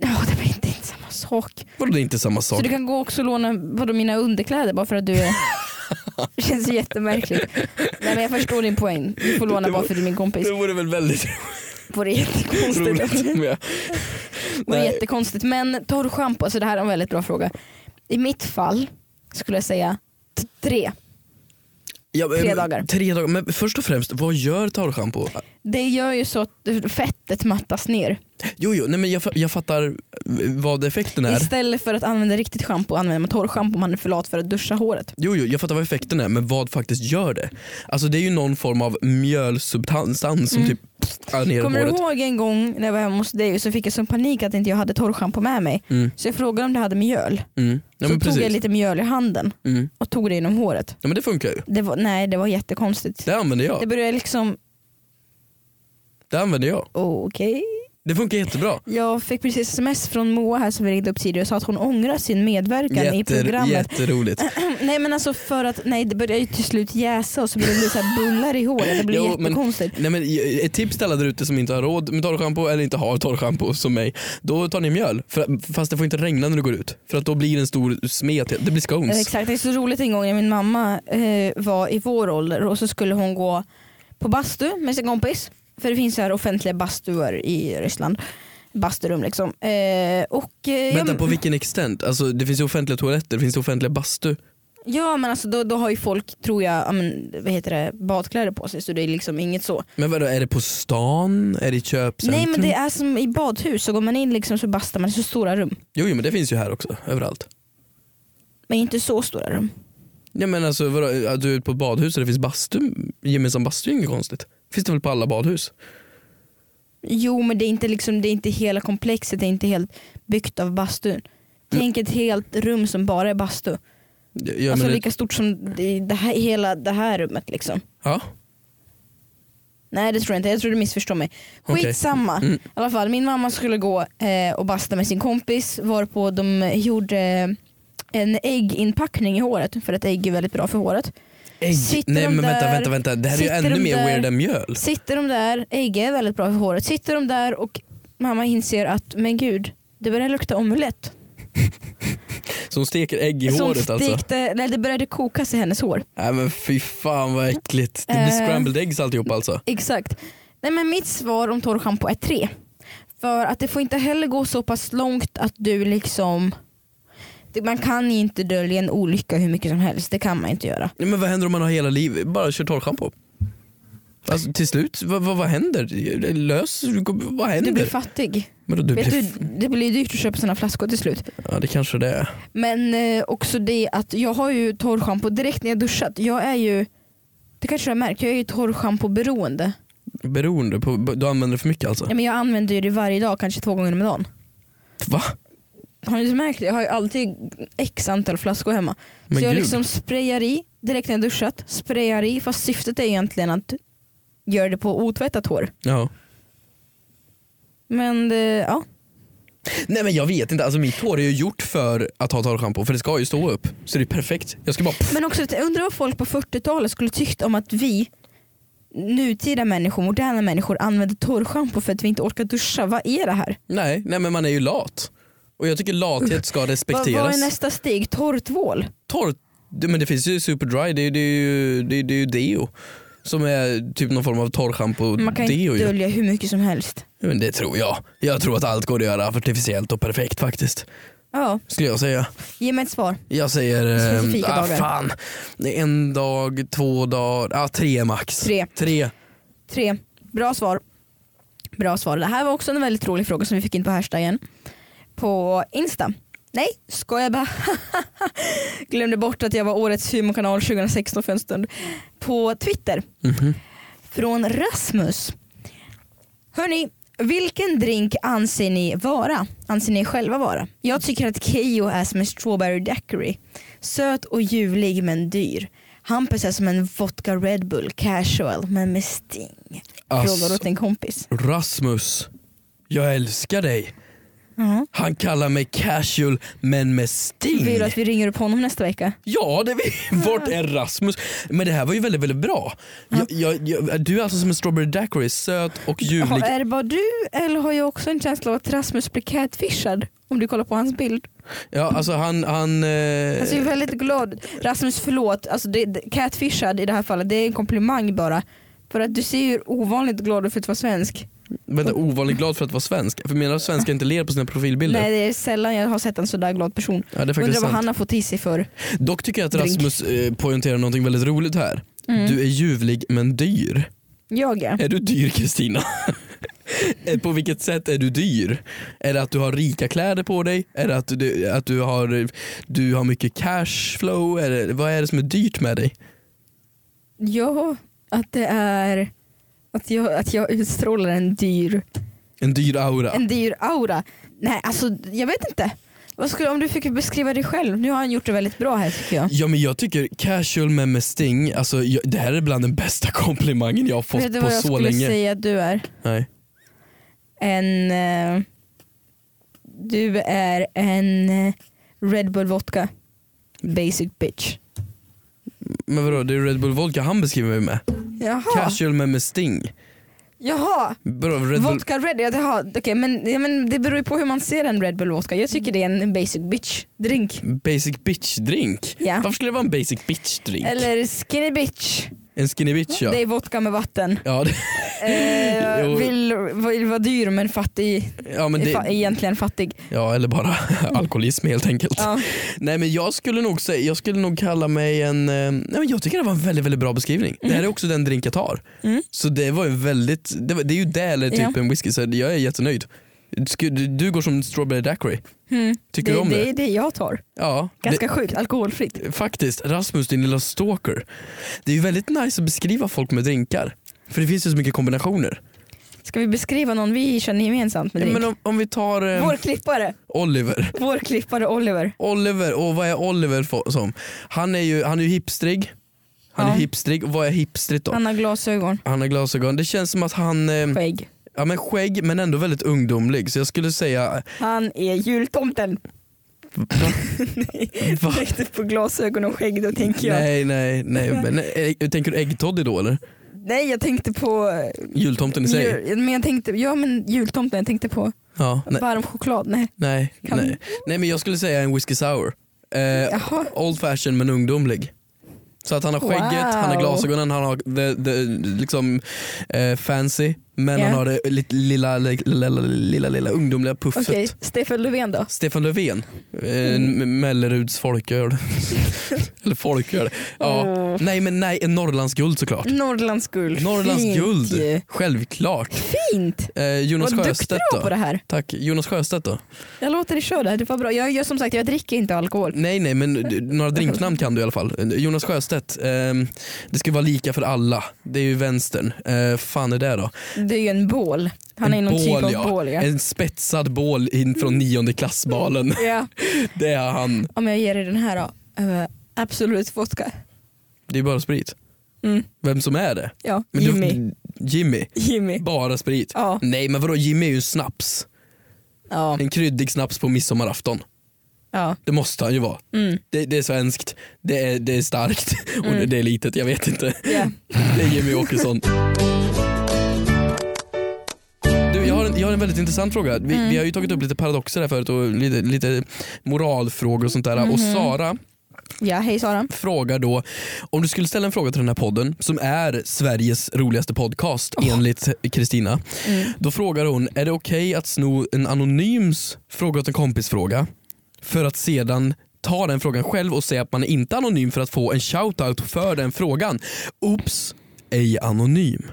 [SPEAKER 3] Ja, det var inte, inte samma sak.
[SPEAKER 2] Vadå det är inte samma sak?
[SPEAKER 3] Så du kan gå också och låna vadå, mina underkläder bara för att du är... Det känns ju jättemärkligt. Nej men jag förstår din poäng. Du får låna
[SPEAKER 2] Det
[SPEAKER 3] bara
[SPEAKER 2] var-
[SPEAKER 3] för du är min kompis.
[SPEAKER 2] Det vore väl väldigt
[SPEAKER 3] Vore jättekonstigt.
[SPEAKER 2] roligt om jag...
[SPEAKER 3] Vore
[SPEAKER 2] Nej.
[SPEAKER 3] jättekonstigt. Men tar du schampo, alltså det här är en väldigt bra fråga. I mitt fall skulle jag säga t- tre.
[SPEAKER 2] Ja, men-
[SPEAKER 3] Tre dagar.
[SPEAKER 2] Tre dagar. Men först och främst, vad gör torrschampo?
[SPEAKER 3] Det gör ju så att fettet mattas ner.
[SPEAKER 2] Jo, jo, nej, men jag, fa- jag fattar vad effekten är.
[SPEAKER 3] Istället för att använda riktigt schampo använder man torrschampo om man är för lat för att duscha håret.
[SPEAKER 2] Jo, jo, jag fattar vad effekten är, men vad faktiskt gör det? Alltså det är ju någon form av mjölsubstans som typ är ner i
[SPEAKER 3] Mm. Kommer du
[SPEAKER 2] håret.
[SPEAKER 3] ihåg en gång när jag var hemma hos dig så fick jag sån panik att inte jag hade torrschampo med mig.
[SPEAKER 2] Mm.
[SPEAKER 3] Så jag frågade om du hade mjöl.
[SPEAKER 2] Mm. Ja,
[SPEAKER 3] så
[SPEAKER 2] men precis.
[SPEAKER 3] tog jag lite mjöl i handen
[SPEAKER 2] Mm.
[SPEAKER 3] och tog det inom håret.
[SPEAKER 2] Ja men det funkar ju.
[SPEAKER 3] Det var, nej det var jättekonstigt.
[SPEAKER 2] Det använder
[SPEAKER 3] Det
[SPEAKER 2] jag.
[SPEAKER 3] började liksom,
[SPEAKER 2] Det använder jag.
[SPEAKER 3] oh, okej.
[SPEAKER 2] Det funkar jättebra.
[SPEAKER 3] Jag fick precis sms från Moa här som vi ringde upp tidigare och sa att hon ångrar sin medverkan i
[SPEAKER 2] Jätter,
[SPEAKER 3] programmet.
[SPEAKER 2] jätteroligt.
[SPEAKER 3] Nej men alltså för att, nej det började ju till slut jäsa och så blev det så här bullar i håret. Det blev
[SPEAKER 2] Jo, men-
[SPEAKER 3] jättekonstigt.
[SPEAKER 2] Nej, men eh, ett tips till alla där ute som inte har råd med torrschampo eller inte har torrschampo som mig. Då tar ni mjöl, för, fast det får inte regna när du går ut. För att då blir det en stor smet, det blir
[SPEAKER 3] Ja,
[SPEAKER 2] scones.
[SPEAKER 3] Exakt, det är så roligt en gång när min mamma eh, var i vår ålder och så skulle hon gå på bastu med sin kompis. För det finns så här offentliga bastuar i Ryssland. Basturum liksom. Eh, och, eh,
[SPEAKER 2] Vänta
[SPEAKER 3] ja,
[SPEAKER 2] på vilken extent? Alltså, det finns ju offentliga toaletter, det finns offentliga bastu.
[SPEAKER 3] ja men alltså då, då har ju folk, tror jag, ja, men, vad heter det, badkläder på sig så det är liksom inget så.
[SPEAKER 2] Men vadå, är det på stan? Är det i köpcentrum?
[SPEAKER 3] Nej men det är som i badhus, så går man in liksom så bastar man i så stora rum.
[SPEAKER 2] Jo, jo men det finns ju här också, överallt.
[SPEAKER 3] Men inte så stora rum.
[SPEAKER 2] Ja, men alltså, vadå, att du är på ett badhus och det finns bastu, gemensam bastu är inget konstigt. Finns det väl på alla badhus?
[SPEAKER 3] Jo men det är inte, liksom, det är inte hela komplexet, det är inte helt byggt av bastun. Tänk ett helt rum som bara är bastu.
[SPEAKER 2] Ja, ja,
[SPEAKER 3] alltså
[SPEAKER 2] men det-
[SPEAKER 3] lika stort som det, det här, hela det här rummet liksom.
[SPEAKER 2] ja.
[SPEAKER 3] Nej det tror jag inte, jag tror du missförstår mig.
[SPEAKER 2] Okej.
[SPEAKER 3] Skitsamma.
[SPEAKER 2] Mm.
[SPEAKER 3] I alla fall, min mamma skulle gå eh, och basta med sin kompis varpå de gjorde eh, en ägginpackning i håret för att ägg är väldigt bra för håret.
[SPEAKER 2] Ägg.
[SPEAKER 3] Sitter
[SPEAKER 2] Nej
[SPEAKER 3] de
[SPEAKER 2] men vänta,
[SPEAKER 3] där-
[SPEAKER 2] vänta, vänta. Det här är ju
[SPEAKER 3] sitter
[SPEAKER 2] ännu
[SPEAKER 3] de
[SPEAKER 2] mer
[SPEAKER 3] där-
[SPEAKER 2] weird än mjöl.
[SPEAKER 3] Sitter de där, ägg är väldigt bra för håret, sitter de där och mamma inser att men gud, det börjar lukta omelett.
[SPEAKER 2] Som steker ägg i
[SPEAKER 3] Som
[SPEAKER 2] håret alltså.
[SPEAKER 3] stekte- nej, det började kokas i hennes hår.
[SPEAKER 2] Nej men fy fan vad äckligt. Det blir
[SPEAKER 3] Eh.
[SPEAKER 2] scrambled eggs alltihop alltså.
[SPEAKER 3] Exakt. Nej men mitt svar om torrschampo är tre. För att det får inte heller gå så pass långt att du liksom det- man kan ju inte dölja en olycka hur mycket som helst, det kan man inte göra.
[SPEAKER 2] Nej, men vad händer om man har hela livet, bara kör torrschampo? Alltså till slut, vad, vad, vad händer? Lös, vad
[SPEAKER 3] Du
[SPEAKER 2] händer?
[SPEAKER 3] blir fattig.
[SPEAKER 2] men då, du
[SPEAKER 3] Vet
[SPEAKER 2] blir...
[SPEAKER 3] du, det blir ju dyrt att köpa sådana flaskor till slut.
[SPEAKER 2] Ja det kanske det är.
[SPEAKER 3] Men eh, också det att jag har ju torrschampo direkt när jag duschat. Jag är ju, det kanske du har märkt, jag är ju torrschampoberoende.
[SPEAKER 2] Beroende på, du använder för mycket alltså?
[SPEAKER 3] Ja, men jag använder ju det varje dag, kanske två gånger om dagen.
[SPEAKER 2] Va?
[SPEAKER 3] Har ni inte märkt det? Jag har ju alltid x antal flaskor hemma.
[SPEAKER 2] Men
[SPEAKER 3] så jag
[SPEAKER 2] gud.
[SPEAKER 3] liksom sprayar i direkt när jag duschat. Sprayar i fast syftet är egentligen att göra det på otvättat hår.
[SPEAKER 2] Ja.
[SPEAKER 3] Men det, ja.
[SPEAKER 2] Nej men jag vet inte, alltså mitt hår är ju gjort för att ha torrschampo för det ska ju stå upp. Så det är perfekt. Jag ska bara pff,
[SPEAKER 3] Men också att jag undrar vad folk på 40-talet skulle tyckt om att vi nutida människor, moderna människor använder torrschampo för att vi inte orkar duscha. Vad är det här?
[SPEAKER 2] nej, nej men man är ju lat. Och jag tycker lathet ska
[SPEAKER 3] Vad,
[SPEAKER 2] respekteras.
[SPEAKER 3] vad är nästa steg? Torrtvål?
[SPEAKER 2] torrt. Det- Men det finns ju superdry, det, är- det, är ju- det, är- det är ju deo. Som är typ någon form av torrschampo.
[SPEAKER 3] Man kan ju
[SPEAKER 2] Deo ju.
[SPEAKER 3] dölja hur mycket som helst.
[SPEAKER 2] Ja, Men det tror jag. Jag tror att allt går att göra artificiellt och perfekt faktiskt.
[SPEAKER 3] Ja,
[SPEAKER 2] Skulle jag säga.
[SPEAKER 3] ge mig ett svar.
[SPEAKER 2] Jag säger...
[SPEAKER 3] Specifika
[SPEAKER 2] ah,
[SPEAKER 3] dagar.
[SPEAKER 2] fan. Det är En dag, två dagar, ah, tre max.
[SPEAKER 3] Tre.
[SPEAKER 2] Tre.
[SPEAKER 3] Tre. Bra svar. Bra svar. Det här var också en väldigt rolig fråga som vi fick in på hashtaggen. På Insta. Nej, skojar bara. Glömde bort att jag var årets humorkanal 2016 för en stund. På Twitter.
[SPEAKER 2] Mhm.
[SPEAKER 3] Från Rasmus. Hörni, vilken drink anser ni vara? Anser ni själva vara? Jag tycker att Keyyo är som en strawberry daiquiri. Söt och ljuvlig men dyr. Hampus är som en vodka Red Bull casual men med sting.
[SPEAKER 2] Alltså.
[SPEAKER 3] Frågar åt en kompis.
[SPEAKER 2] Rasmus. Jag älskar dig. Han kallar mig casual men med sting.
[SPEAKER 3] Vill du att vi ringer upp honom nästa vecka?
[SPEAKER 2] Ja, det vi. Vart är Rasmus? Men det här var ju väldigt, väldigt bra. Jag, jag, jag, du är alltså som en strawberry daiquiri, söt och
[SPEAKER 3] Ha,
[SPEAKER 2] ljuvlig.
[SPEAKER 3] är det bara du eller har jag också en känsla av att Rasmus blir catfishad? Om du kollar på hans bild.
[SPEAKER 2] Ja, alltså han... han eh,
[SPEAKER 3] Han ser ju Alltså, väldigt glad Rasmus förlåt, alltså det, det- catfishad i det här fallet det är en komplimang bara. För att du ser ju ovanligt glad ut för att vara svensk.
[SPEAKER 2] vänta, ovanligt glad för att vara svensk. För menar du att svenskar inte ler på sina profilbilder?
[SPEAKER 3] Nej det är sällan jag har sett en sådär glad person.
[SPEAKER 2] Ja, det är faktiskt
[SPEAKER 3] Undrar vad
[SPEAKER 2] sant.
[SPEAKER 3] han har fått i sig för.
[SPEAKER 2] Dock tycker jag att
[SPEAKER 3] Drink. Mm.
[SPEAKER 2] Rasmus eh, poängterar någonting väldigt roligt här. Du är ljuvlig men dyr.
[SPEAKER 3] Jag är.
[SPEAKER 2] Är du dyr Kristina? Eh, på vilket sätt är du dyr? Är det att du har rika kläder på dig? Är det att du, att du, har, du har mycket cashflow? Är det, vad är det som är dyrt med dig?
[SPEAKER 3] Ja, att det är att jag, att jag utstrålar en dyr,
[SPEAKER 2] En dyr aura.
[SPEAKER 3] en dyr aura. Nej alltså jag vet inte. Vad skulle, om du fick beskriva dig själv, nu har han gjort det väldigt bra här tycker jag.
[SPEAKER 2] Ja men jag tycker casual men med sting, alltså, jag, det här är bland den bästa komplimangen jag har
[SPEAKER 3] vet
[SPEAKER 2] fått på
[SPEAKER 3] du vad jag
[SPEAKER 2] så
[SPEAKER 3] skulle
[SPEAKER 2] länge.
[SPEAKER 3] säga att du är?
[SPEAKER 2] Nej.
[SPEAKER 3] en... eh, du är en eh, Red Bull vodka. Basic bitch.
[SPEAKER 2] Men vadå, det är Red Bull Vodka han beskriver mig med.
[SPEAKER 3] Jaha.
[SPEAKER 2] Casual men med sting.
[SPEAKER 3] Jaha.
[SPEAKER 2] Bra, Red Bull,
[SPEAKER 3] Vodka Red, ja, jaha. Okej, men, ja, men det beror ju på hur man ser en Red Bull vodka. Jag tycker det är en basic bitch drink.
[SPEAKER 2] basic bitch drink.
[SPEAKER 3] Ja.
[SPEAKER 2] Varför skulle det vara en basic bitch drink?
[SPEAKER 3] Eller skinny bitch.
[SPEAKER 2] En skinny bitch ja.
[SPEAKER 3] Det är vodka med vatten.
[SPEAKER 2] Ja, det, Jo.
[SPEAKER 3] Eh, vill, vill vara dyr men fattig.
[SPEAKER 2] ja, men
[SPEAKER 3] Fa-
[SPEAKER 2] det,
[SPEAKER 3] egentligen fattig.
[SPEAKER 2] ja eller bara alkoholism helt enkelt.
[SPEAKER 3] Ja.
[SPEAKER 2] Nej men jag skulle nog säga, jag skulle nog kalla mig en, eh, nej, men jag tycker det var en väldigt väldigt bra beskrivning. Det här är också den drink jag tar.
[SPEAKER 3] Mhm. Mm.
[SPEAKER 2] Så det var ju väldigt, det, var, det är ju det eller typ
[SPEAKER 3] Ja.
[SPEAKER 2] en whisky så jag är jättenöjd. Sku- Du, du går som strawberry daiquiri,
[SPEAKER 3] Mm.
[SPEAKER 2] tycker
[SPEAKER 3] det,
[SPEAKER 2] du om det?
[SPEAKER 3] det är det jag tar.
[SPEAKER 2] Ja,
[SPEAKER 3] Ganska sjukt, alkoholfritt.
[SPEAKER 2] det, faktiskt. Rasmus din lilla stalker. Det är ju väldigt nice att beskriva folk med drinkar. För det finns ju så mycket kombinationer.
[SPEAKER 3] Ska vi beskriva någon vi känner gemensamt med
[SPEAKER 2] Ja,
[SPEAKER 3] drink?
[SPEAKER 2] men om, om vi tar eh,
[SPEAKER 3] Vår klippare.
[SPEAKER 2] Oliver.
[SPEAKER 3] Vår klippare Oliver.
[SPEAKER 2] Oliver, och vad är Oliver för, som? Han är ju, han är ju hipstrig. Han
[SPEAKER 3] Ja.
[SPEAKER 2] är hipstrig, och vad är hipstrigt då? Han,
[SPEAKER 3] Han har glasögon.
[SPEAKER 2] har glasögon. Det känns som att han, eh,
[SPEAKER 3] Skägg.
[SPEAKER 2] ja men skägg men ändå väldigt ungdomlig. Så jag skulle säga,
[SPEAKER 3] Han är jultomten.
[SPEAKER 2] va?
[SPEAKER 3] Tänkte på glasögon och skägg då tänker jag. Nej,
[SPEAKER 2] Nej nej nej. Men, eh, tänker du äggtoddy då eller?
[SPEAKER 3] jag tänkte på...
[SPEAKER 2] Jultomten i sig?
[SPEAKER 3] Jul, men jag tänkte, ja men jultomten, jag tänkte på
[SPEAKER 2] Ja, nej,
[SPEAKER 3] varm choklad. Nej.
[SPEAKER 2] nej,
[SPEAKER 3] Kan-
[SPEAKER 2] nej. Nej men jag skulle säga en whisky sour. Eh,
[SPEAKER 3] Jaha.
[SPEAKER 2] old fashion men ungdomlig. Så att han har skägget,
[SPEAKER 3] Wow.
[SPEAKER 2] han har glasögonen, han har the, the, liksom eh, fancy men
[SPEAKER 3] Ja.
[SPEAKER 2] han har det li- lilla, lilla, lilla, lilla, lilla ungdomliga puffet.
[SPEAKER 3] Okej, Mm. Stefan Löfven då?
[SPEAKER 2] Stefan Löfven, eh, M- Melleruds folköl. Eller folköl. Ja.
[SPEAKER 3] Åh.
[SPEAKER 2] Nej men nej, en Norrlands guld såklart.
[SPEAKER 3] Norrlands guld.
[SPEAKER 2] Norrlands
[SPEAKER 3] Mm. Fint ju.
[SPEAKER 2] guld, självklart.
[SPEAKER 3] Fint!
[SPEAKER 2] Eh, Jonas
[SPEAKER 3] Vad duktig
[SPEAKER 2] Sjöstedt
[SPEAKER 3] du var på
[SPEAKER 2] då?
[SPEAKER 3] det här.
[SPEAKER 2] Tack. Jonas Sjöstedt då?
[SPEAKER 3] Jag låter dig köra det här, det var bra. Jag, jag som sagt, jag dricker inte alkohol.
[SPEAKER 2] Nej nej men du- några drinknamn kan du i alla fall. Jonas Sjöstedt, ehm, det ska vara lika för alla. Det är ju vänstern. Eh, fan är det då?
[SPEAKER 3] Det är ju en bål. Han är
[SPEAKER 2] En
[SPEAKER 3] någon
[SPEAKER 2] bål,
[SPEAKER 3] typ av
[SPEAKER 2] ja.
[SPEAKER 3] bål. Ja.
[SPEAKER 2] En spetsad bål in från nionde klassbalen.
[SPEAKER 3] Ja.
[SPEAKER 2] Det är han.
[SPEAKER 3] Om jag ger dig den här då. Eh, absolut vodka.
[SPEAKER 2] Det är bara sprit.
[SPEAKER 3] Mm.
[SPEAKER 2] Vem som är det?
[SPEAKER 3] Ja,
[SPEAKER 2] Men du-
[SPEAKER 3] Jimmy.
[SPEAKER 2] Jimmy.
[SPEAKER 3] Jimmy.
[SPEAKER 2] Bara sprit?
[SPEAKER 3] Ja.
[SPEAKER 2] Nej men vadå Jimmy är ju en snaps.
[SPEAKER 3] Ja.
[SPEAKER 2] En kryddig snaps på midsommarafton.
[SPEAKER 3] ja.
[SPEAKER 2] Det måste han ju vara.
[SPEAKER 3] Mm.
[SPEAKER 2] Det, det är svenskt, det är, det är starkt och det, det är litet, jag vet inte.
[SPEAKER 3] Ja.
[SPEAKER 2] Det är Jimmy Åkesson. Du, jag, har en, jag har en väldigt intressant fråga. Vi, vi har ju tagit upp lite paradoxer här förut och lite, lite moralfrågor och sånt där. Och Sara
[SPEAKER 3] ja, hej Sara.
[SPEAKER 2] frågar då, om du skulle ställa en fråga till den här podden som är Sveriges roligaste podcast enligt Kristina. Då frågar hon, är det okej att sno en anonyms fråga åt en kompis fråga för att sedan ta den frågan själv och säga att man är inte anonym för att få en shoutout för den frågan. Oops, ej anonym.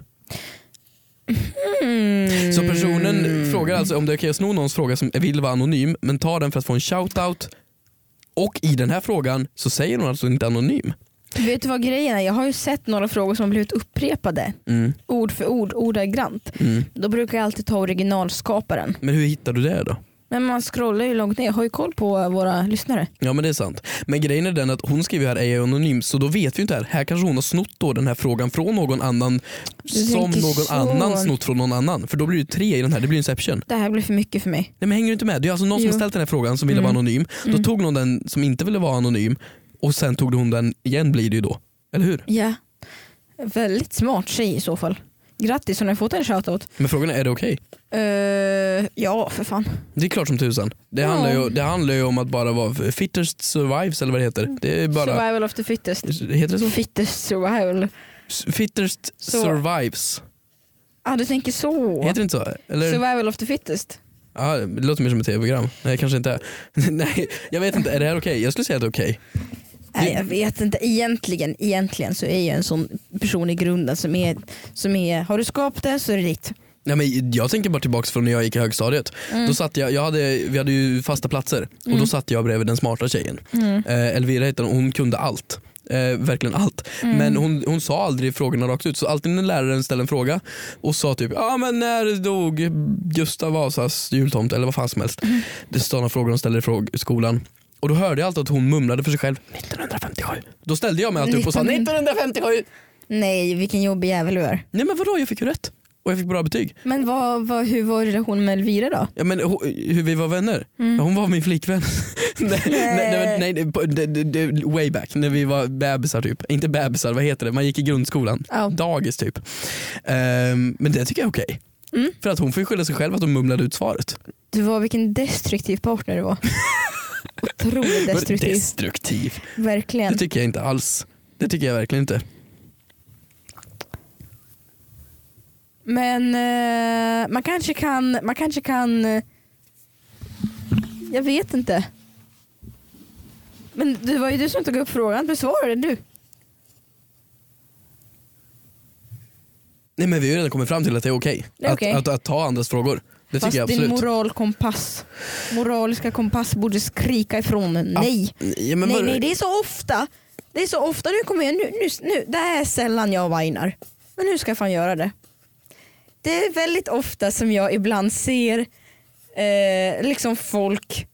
[SPEAKER 3] Mm.
[SPEAKER 2] Så personen frågar alltså om det är okej att sno någons fråga som vill vara anonym men tar den för att få en shoutout och i den här frågan så säger hon alltså inte anonym.
[SPEAKER 3] Vet du vad grejen är? Jag har ju sett några frågor som har blivit upprepade.
[SPEAKER 2] Mm.
[SPEAKER 3] Ord för ord, ordagrant.
[SPEAKER 2] Mm.
[SPEAKER 3] Då brukar jag alltid ta originalskaparen.
[SPEAKER 2] Men hur hittar du det då?
[SPEAKER 3] Men man scrollar ju långt ner, jag har ju koll på eh, våra lyssnare.
[SPEAKER 2] Ja men det är sant. Men grejen är den att hon skriver här är jag anonym så då vet vi ju inte här. Här kanske hon har snott då den här frågan från någon annan
[SPEAKER 3] Du
[SPEAKER 2] som
[SPEAKER 3] tänker
[SPEAKER 2] någon
[SPEAKER 3] så.
[SPEAKER 2] annan snott från någon annan. För då blir det ju tre i den här, det blir Inception.
[SPEAKER 3] Det här blir för mycket för mig.
[SPEAKER 2] Nej men hänger du inte med? Det är alltså någon
[SPEAKER 3] Jo.
[SPEAKER 2] som har ställt den här frågan som ville
[SPEAKER 3] Mm.
[SPEAKER 2] vara anonym. Då
[SPEAKER 3] Mm.
[SPEAKER 2] tog någon den som inte ville vara anonym och sen tog hon den igen blir det ju då. Eller hur?
[SPEAKER 3] Ja. Väldigt smart tjej i så fall. Grattis, hon har fått en shoutout.
[SPEAKER 2] Men frågan är, är det okej?
[SPEAKER 3] Eh, ja, för fan.
[SPEAKER 2] Det är klart som tusan. Det,
[SPEAKER 3] Ja.
[SPEAKER 2] handlar ju, det handlar ju om att bara vara fittest survives eller vad det heter. Det är bara,
[SPEAKER 3] Survival of the fittest.
[SPEAKER 2] heter det så?
[SPEAKER 3] Fittest survival.
[SPEAKER 2] Fittest
[SPEAKER 3] Så.
[SPEAKER 2] survives.
[SPEAKER 3] Ah, du tänker så.
[SPEAKER 2] Heter det inte så? Eller?
[SPEAKER 3] Survival of the fittest.
[SPEAKER 2] Ja, det låter mer som ett tv-program. Nej, kanske inte. Nej, jag vet inte. Är det här okej? Jag skulle säga att det är okej.
[SPEAKER 3] Nej, jag vet inte. Egentligen, egentligen så är jag en sån person i grunden som är, som är har du skapat det så är det ditt.
[SPEAKER 2] Nej, men jag tänker bara tillbaka från när jag gick i högstadiet. Då satt jag, jag hade, vi hade ju fasta platser och då satt jag bredvid den smarta tjejen. Eh, Elvira hette hon, hon kunde allt. Eh, verkligen allt. Men hon, hon sa aldrig frågorna rakt ut. Så alltid när läraren ställde en fråga och sa typ ja ah, men när dog Gustav Vasas jultomte eller vad fan som helst. Det är sådana frågor de ställer i fråg- skolan. Och då hörde jag alltid att hon mumlade för sig själv 1957. Då ställde jag mig alltid upp och sa 1957.
[SPEAKER 3] Nej, vilken jobbig jävel du är.
[SPEAKER 2] Nej men vadå jag fick ju rätt. Och jag fick bra betyg.
[SPEAKER 3] Men vad, vad, hur var relationen med Elvira då?
[SPEAKER 2] Ja, men ho- hur vi var vänner?
[SPEAKER 3] Mm.
[SPEAKER 2] Ja, hon var min flickvän. nej, nej,
[SPEAKER 3] Eh.
[SPEAKER 2] nej, nej, på- det- det- det- way back när vi var bebisar typ. Inte bebisar, vad heter det? Man gick i grundskolan.
[SPEAKER 3] Ja.
[SPEAKER 2] Dagis typ. Ehm, men det tycker jag är okej.
[SPEAKER 3] Mm.
[SPEAKER 2] För att hon får ju skylla sig själv att hon mumlade ut svaret.
[SPEAKER 3] Du var vilken destruktiv partner du var. Otroligt
[SPEAKER 2] Men
[SPEAKER 3] destruktiv.
[SPEAKER 2] Destruktiv.
[SPEAKER 3] Verkligen.
[SPEAKER 2] Det tycker jag inte alls. Det tycker jag verkligen inte.
[SPEAKER 3] Men eh, man kanske kan, man kanske kan eh, Jag vet inte. Men det var ju du som tog upp frågan, besvarade du?
[SPEAKER 2] Nej men vi har ju redan kommit fram till att det är okej.
[SPEAKER 3] Det är okej.
[SPEAKER 2] Att, att, att ta andras frågor. Det
[SPEAKER 3] Fast
[SPEAKER 2] tycker jag
[SPEAKER 3] din
[SPEAKER 2] absolut.
[SPEAKER 3] moralkompass, moraliska kompass borde skrika ifrån en.
[SPEAKER 2] Ah,
[SPEAKER 3] Nej.
[SPEAKER 2] ja, men
[SPEAKER 3] nej,
[SPEAKER 2] vad-
[SPEAKER 3] nej, det är så ofta. Det är så ofta, nu kommer jag, nu, nu, nu, det här är sällan jag whinar. Men nu ska jag fan göra det. Det är väldigt ofta som jag ibland ser eh, liksom folk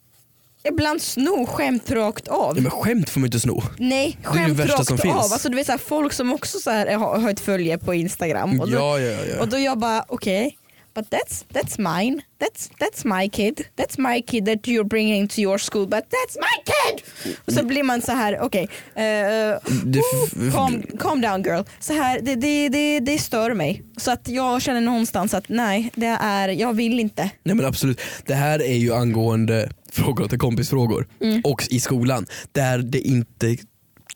[SPEAKER 3] ibland sno skämt rakt av.
[SPEAKER 2] Ja, men skämt får man ju inte sno.
[SPEAKER 3] Nej,
[SPEAKER 2] är det
[SPEAKER 3] skämt
[SPEAKER 2] värsta
[SPEAKER 3] rakt
[SPEAKER 2] som
[SPEAKER 3] av.
[SPEAKER 2] finns.
[SPEAKER 3] Alltså, du vet, så här, folk som också så här, har, har ett följe på Instagram. Och då,
[SPEAKER 2] Ja, ja, ja.
[SPEAKER 3] Och då jag bara okej, but that's, that's mine, that's, that's my kid, that's my kid that you're bringing to your school but that's my kid! Och så blir man så här okej, eh,
[SPEAKER 2] Det-
[SPEAKER 3] oh, calm, calm down girl. Så här, det, det, det, det stör mig. Så att jag känner någonstans att nej, det är, jag vill inte.
[SPEAKER 2] Nej men absolut. Det här är ju angående frågor till kompisfrågor
[SPEAKER 3] Mm.
[SPEAKER 2] och i skolan där det inte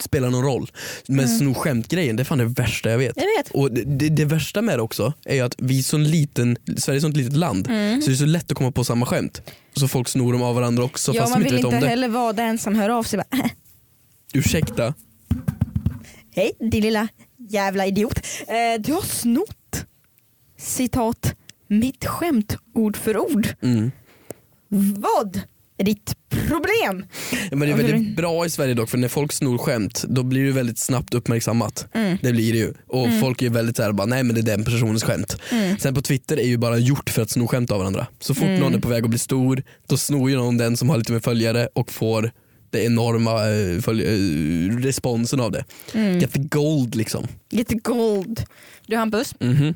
[SPEAKER 2] spelar någon roll. Men sno skämt-grejen, det är fan det värsta jag vet.
[SPEAKER 3] Mm. Jag vet.
[SPEAKER 2] Och det, det, det värsta med det också är ju att vi är så liten, Sverige är sånt litet land
[SPEAKER 3] Mm.
[SPEAKER 2] så det är så lätt att komma på samma skämt. Och så folk snor dem av varandra också
[SPEAKER 3] ja,
[SPEAKER 2] fast de
[SPEAKER 3] man
[SPEAKER 2] inte
[SPEAKER 3] vill
[SPEAKER 2] vet
[SPEAKER 3] inte
[SPEAKER 2] om det.
[SPEAKER 3] heller vara den som hör av sig bara,
[SPEAKER 2] Ursäkta,
[SPEAKER 3] Hej din lilla jävla idiot. Eh, du har snott citat mitt skämt ord för ord.
[SPEAKER 2] Mm.
[SPEAKER 3] Vad är ditt problem?
[SPEAKER 2] Ja, Men det är
[SPEAKER 3] Och det
[SPEAKER 2] väldigt bra i Sverige dock för när folk snor skämt då blir det väldigt snabbt uppmärksammat.
[SPEAKER 3] Mm.
[SPEAKER 2] Det blir det ju. Och folk är ju väldigt såhär, bara, nej men det är den personens skämt.
[SPEAKER 3] Mm.
[SPEAKER 2] Sen på Twitter är ju bara gjort för att sno skämt av varandra. Så fort någon är på väg att bli stor då snor ju någon den som har lite mer följare och får det enorma eh, följ- eh, responsen av det.
[SPEAKER 3] Mm.
[SPEAKER 2] Get the gold liksom.
[SPEAKER 3] Lite gold. Du Hampus,
[SPEAKER 2] Mhm.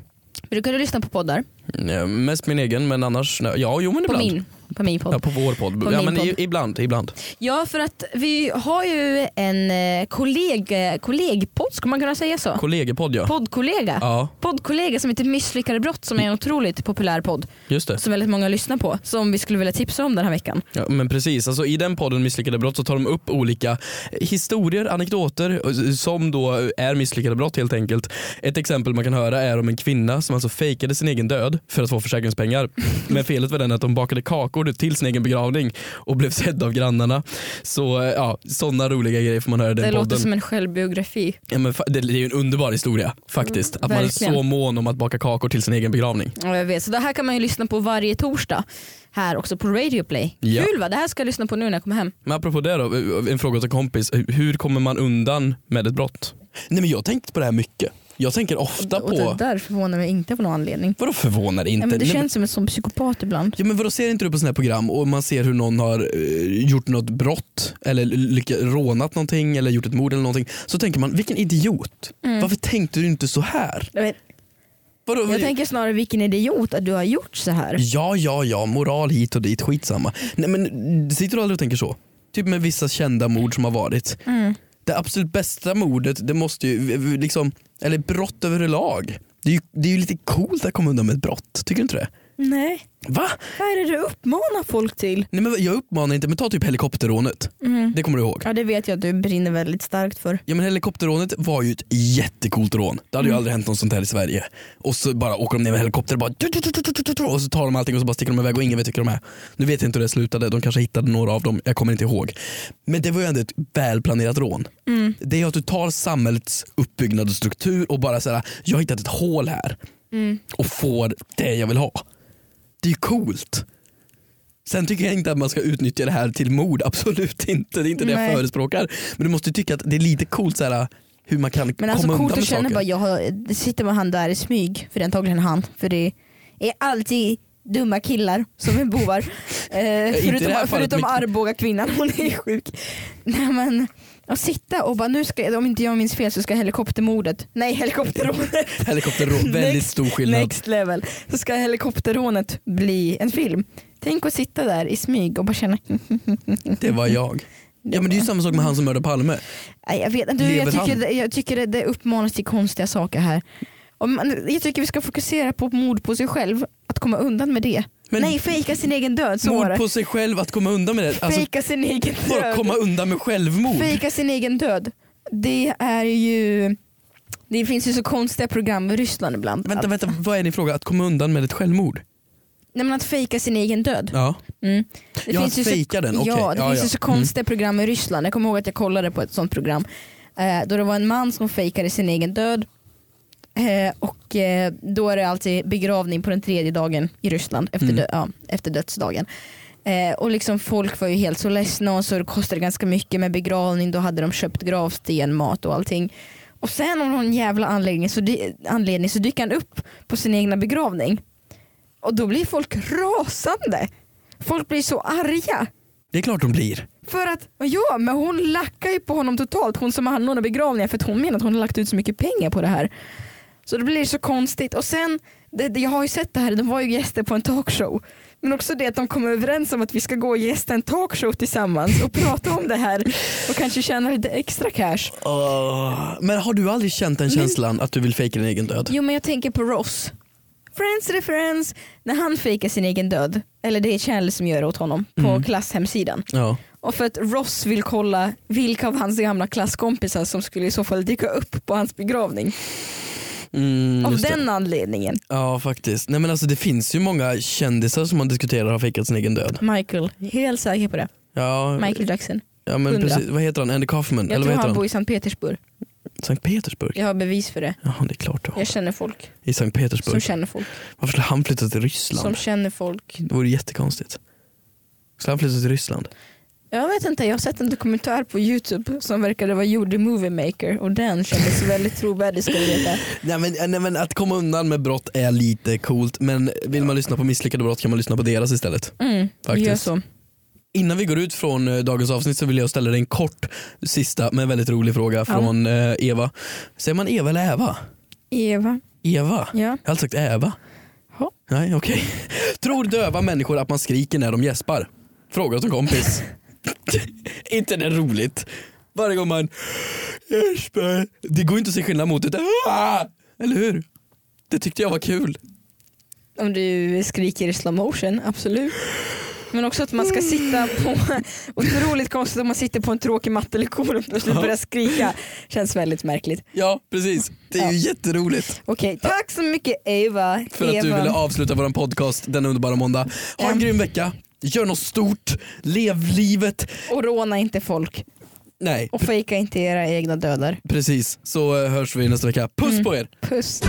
[SPEAKER 3] brukar du lyssna på poddar?
[SPEAKER 2] Ja, mest min egen men annars, nej. ja jo men
[SPEAKER 3] På
[SPEAKER 2] ibland.
[SPEAKER 3] min, på min
[SPEAKER 2] Ja,
[SPEAKER 3] podd.
[SPEAKER 2] på vår podd.
[SPEAKER 3] På
[SPEAKER 2] ja,
[SPEAKER 3] min
[SPEAKER 2] men i,
[SPEAKER 3] podd.
[SPEAKER 2] ibland, ibland.
[SPEAKER 3] Ja för att vi har ju en eh, kolleg, eh, kollegpodd, skulle man kunna säga så?
[SPEAKER 2] Kollegepodd ja.
[SPEAKER 3] Poddkollega.
[SPEAKER 2] Ja,
[SPEAKER 3] Poddkollega som heter Misslyckade brott som är en otroligt populär podd
[SPEAKER 2] just det.
[SPEAKER 3] som väldigt många lyssnar på som vi skulle vilja tipsa om den här veckan.
[SPEAKER 2] Ja, men precis, alltså, i den podden Misslyckade brott så tar de upp olika historier, anekdoter eh, som då är misslyckade brott helt enkelt. Ett exempel man kan höra är om en kvinna som alltså fejkade sin egen död för att få försäkringspengar. Men felet var den att de bakade kakor till sin egen begravning och blev sedd av grannarna. Så eh, ja, sådana roliga grejer får man höra i den
[SPEAKER 3] det
[SPEAKER 2] podden.
[SPEAKER 3] låter som en självbiografi.
[SPEAKER 2] ja, men, fa- det, det är ju en underbar historia faktiskt. Att man är
[SPEAKER 3] Mm, verkligen.
[SPEAKER 2] så mån om att baka kakor till sin egen begravning.
[SPEAKER 3] Ja, jag vet. Så det här kan man ju lyssna på varje torsdag här också på Radio Play.
[SPEAKER 2] Ja.
[SPEAKER 3] Kul va? Det här ska jag lyssna på nu när jag kommer hem.
[SPEAKER 2] Men apropå det då, en fråga till kompis. Hur kommer man undan med ett brott? Nej men jag har tänkt på det här mycket. Jag tänker ofta
[SPEAKER 3] Och det
[SPEAKER 2] på,
[SPEAKER 3] där förvånar mig inte på någon anledning.
[SPEAKER 2] vadå förvånar det inte?
[SPEAKER 3] Ja, men det
[SPEAKER 2] Nej,
[SPEAKER 3] känns som en sån psykopat ibland.
[SPEAKER 2] Ja men vadå ser inte du på sådana här program och man ser hur någon har eh, gjort något brott eller lycka, rånat någonting eller gjort ett mord eller någonting. Så tänker man, vilken idiot. Varför tänkte du inte så här?
[SPEAKER 3] Jag vet.
[SPEAKER 2] Vadå?
[SPEAKER 3] Mm. Jag tänker snarare vilken idiot att du har gjort så här.
[SPEAKER 2] Ja, ja, ja, moral hit och dit, skitsamma. Nej, men, sitter du aldrig och tänker så? Typ med vissa kända mord som har varit.
[SPEAKER 3] Mm.
[SPEAKER 2] Det absolut bästa mordet, det måste ju, v- v- liksom, eller brott överlag. Det är, ju, det är ju lite coolt att komma undan med ett brott, tycker du inte det?
[SPEAKER 3] Nej,
[SPEAKER 2] Va?
[SPEAKER 3] vad är det du uppmanar folk till?
[SPEAKER 2] Nej, men jag uppmanar inte, men ta typ helikopterrånet. Det kommer du ihåg?
[SPEAKER 3] Ja det vet jag att du brinner väldigt starkt för.
[SPEAKER 2] Ja men helikopterrånet var ju ett jättecoolt rån. Det hade ju aldrig hänt något sånt här i Sverige. Och så bara åker de ner med helikopter och bara tu, tu, tu, tu, tu, tu, tu, och så tar de allting och så bara sticker de iväg och ingen vet vilka de är. Nu vet jag inte hur det slutade, de kanske hittade några av dem, jag kommer inte ihåg. Men det var ju ändå ett välplanerat rån. Det är ju att du tar samhällets uppbyggnad och struktur och bara säger jag har hittat ett hål här och får det jag vill ha. Det är ju coolt. Sen tycker jag inte att man ska utnyttja det här till mord, absolut inte. Det är inte det jag
[SPEAKER 3] Nej.
[SPEAKER 2] förespråkar. Men du måste ju tycka att det är lite coolt så här, hur man kan
[SPEAKER 3] Men alltså
[SPEAKER 2] komma
[SPEAKER 3] coolt
[SPEAKER 2] undan
[SPEAKER 3] att
[SPEAKER 2] med
[SPEAKER 3] känna
[SPEAKER 2] saker.
[SPEAKER 3] bara jag har, det sitter med han där i smyg, för det är antagligen han. För det är alltid dumma killar som är bovar. Eh,
[SPEAKER 2] inte i det
[SPEAKER 3] förutom
[SPEAKER 2] här fallet,
[SPEAKER 3] förutom
[SPEAKER 2] men-
[SPEAKER 3] Arboga kvinnan, hon är sjuk. Nej men att sitta och bara nu ska, om inte jag minns fel så ska helikoptermordet, nej helikopterrånet,
[SPEAKER 2] Helikopterrån, väldigt
[SPEAKER 3] Next-
[SPEAKER 2] stor skillnad.
[SPEAKER 3] next level. Så ska helikopterrånet bli en film. Tänk att sitta där i smyg och bara känna,
[SPEAKER 2] Det var jag. Ja men det är ju samma sak med han som mördade Palme.
[SPEAKER 3] nej jag vet inte,
[SPEAKER 2] Lever
[SPEAKER 3] jag tycker,
[SPEAKER 2] han?
[SPEAKER 3] det- jag tycker det, det uppmanas till konstiga saker här. Om man, jag tycker vi ska fokusera på mord på sig själv, att komma undan med det.
[SPEAKER 2] Men-
[SPEAKER 3] nej fejka sin egen död, så var
[SPEAKER 2] Mord
[SPEAKER 3] det.
[SPEAKER 2] på sig själv, att komma undan med det. Alltså,
[SPEAKER 3] fejka sin egen
[SPEAKER 2] bara
[SPEAKER 3] död.
[SPEAKER 2] komma undan med självmord.
[SPEAKER 3] Fejka sin egen död. Det är ju, det finns ju så konstiga program i Ryssland ibland.
[SPEAKER 2] Vänta,
[SPEAKER 3] Att-
[SPEAKER 2] vänta, vad är din fråga? Att komma undan med ett självmord?
[SPEAKER 3] Nej, men att fejka sin egen död.
[SPEAKER 2] Ja.
[SPEAKER 3] Mm. Det
[SPEAKER 2] Ja,
[SPEAKER 3] finns ju
[SPEAKER 2] att fejka
[SPEAKER 3] så,
[SPEAKER 2] den, okej.
[SPEAKER 3] Ja, det
[SPEAKER 2] Ja,
[SPEAKER 3] finns
[SPEAKER 2] ja. Mm.
[SPEAKER 3] ju så konstiga program i Ryssland. Jag kommer ihåg att jag kollade på ett sånt program. Eh, då det var en man som fejkade sin egen död. Eh, och eh, då är det alltid begravning på den tredje dagen i Ryssland efter,
[SPEAKER 2] Mm.
[SPEAKER 3] dö- ja, efter dödsdagen. Eh, och liksom folk var ju helt så ledsna och så det kostade ganska mycket med begravning. Då hade de köpt gravsten, mat och allting. Och sen av någon jävla anledning så, dy- anledning så dyker han upp på sin egna begravning. Och då blir folk rasande. Folk blir så arga.
[SPEAKER 2] Det är klart de blir.
[SPEAKER 3] För att, ja men hon lackar ju på honom totalt, hon som anordnar begravningar för att hon menar att hon har lagt ut så mycket pengar på det här. Så det blir så konstigt. Och sen, det, det, jag har ju sett det här, de var ju gäster på en talkshow. Men också det att de kom överens om att vi ska gå och gästa en talkshow tillsammans och prata om det här och kanske tjäna lite extra cash.
[SPEAKER 2] Åh, Men har du aldrig känt den känslan att du vill fejka din egen död?
[SPEAKER 3] Jo men jag tänker på Ross. Friends referens, när han fejkar sin egen död, eller det är Chandler som gör det åt honom, på klasshemsidan.
[SPEAKER 2] Ja.
[SPEAKER 3] Och för att Ross vill kolla vilka av hans gamla klasskompisar som skulle i så fall dyka upp på hans begravning.
[SPEAKER 2] Mm,
[SPEAKER 3] av
[SPEAKER 2] just det.
[SPEAKER 3] den anledningen.
[SPEAKER 2] Ja faktiskt. Nej men alltså det finns ju många kändisar som man diskuterar har fejkat sin egen död.
[SPEAKER 3] Michael, helt säker på det.
[SPEAKER 2] Ja,
[SPEAKER 3] Michael Jackson.
[SPEAKER 2] ja men
[SPEAKER 3] hundra.
[SPEAKER 2] precis. Vad heter han? Andy Kaufman? Eller
[SPEAKER 3] Jag tror
[SPEAKER 2] vad heter
[SPEAKER 3] han
[SPEAKER 2] han?
[SPEAKER 3] bor i Sankt Petersburg.
[SPEAKER 2] Sankt Petersburg?
[SPEAKER 3] Jag har bevis för det.
[SPEAKER 2] Jaha det är klart du har.
[SPEAKER 3] Jag känner folk
[SPEAKER 2] I Sankt
[SPEAKER 3] som
[SPEAKER 2] Petersburg.
[SPEAKER 3] känner folk.
[SPEAKER 2] Varför skulle han flytta till Ryssland?
[SPEAKER 3] Som känner folk.
[SPEAKER 2] Det vore jättekonstigt. Skulle han flytta till Ryssland?
[SPEAKER 3] Jag vet inte, jag har sett en dokumentär på Youtube som verkade vara gjord i Movie Maker och den kändes väldigt trovärdig ska du veta.
[SPEAKER 2] Nej men, nej men att komma undan med brott är lite coolt men vill man lyssna på misslyckade brott kan man lyssna på deras istället.
[SPEAKER 3] Mm,
[SPEAKER 2] Faktiskt.
[SPEAKER 3] Gör så.
[SPEAKER 2] Innan vi går ut från eh, dagens avsnitt så vill jag ställa dig en kort sista men väldigt rolig fråga
[SPEAKER 3] Ja.
[SPEAKER 2] från eh, Eva. Säger man Eva eller Eva?
[SPEAKER 3] Eva,
[SPEAKER 2] Eva?
[SPEAKER 3] ja.
[SPEAKER 2] Jag har alltid sagt Eva.
[SPEAKER 3] Ja.
[SPEAKER 2] Nej okej. Tror döva människor att man skriker när de gäspar? Fråga åt en kompis. inte det roligt? Varje gång man gäspar. Det går inte att se skillnad mot ett "Ah!" Eller hur? Det tyckte jag var kul.
[SPEAKER 3] Om du skriker i slow motion, absolut. Men också att man ska sitta på, otroligt konstigt om man sitter på en tråkig mattelektion och plötsligt börjar skrika. Känns väldigt märkligt.
[SPEAKER 2] Ja precis, det är ju jätteroligt
[SPEAKER 3] Okej, tack så mycket Eva.
[SPEAKER 2] för att
[SPEAKER 3] Eva.
[SPEAKER 2] du ville avsluta vår podcast denna underbara måndag. Ha en
[SPEAKER 3] Ja.
[SPEAKER 2] grym vecka, gör något stort, lev livet.
[SPEAKER 3] Och råna inte folk.
[SPEAKER 2] Nej,
[SPEAKER 3] Och fejka inte era egna dödar. Mm.
[SPEAKER 2] precis. Så eh, hörs vi nästa vecka. Puss på er!
[SPEAKER 3] Puss.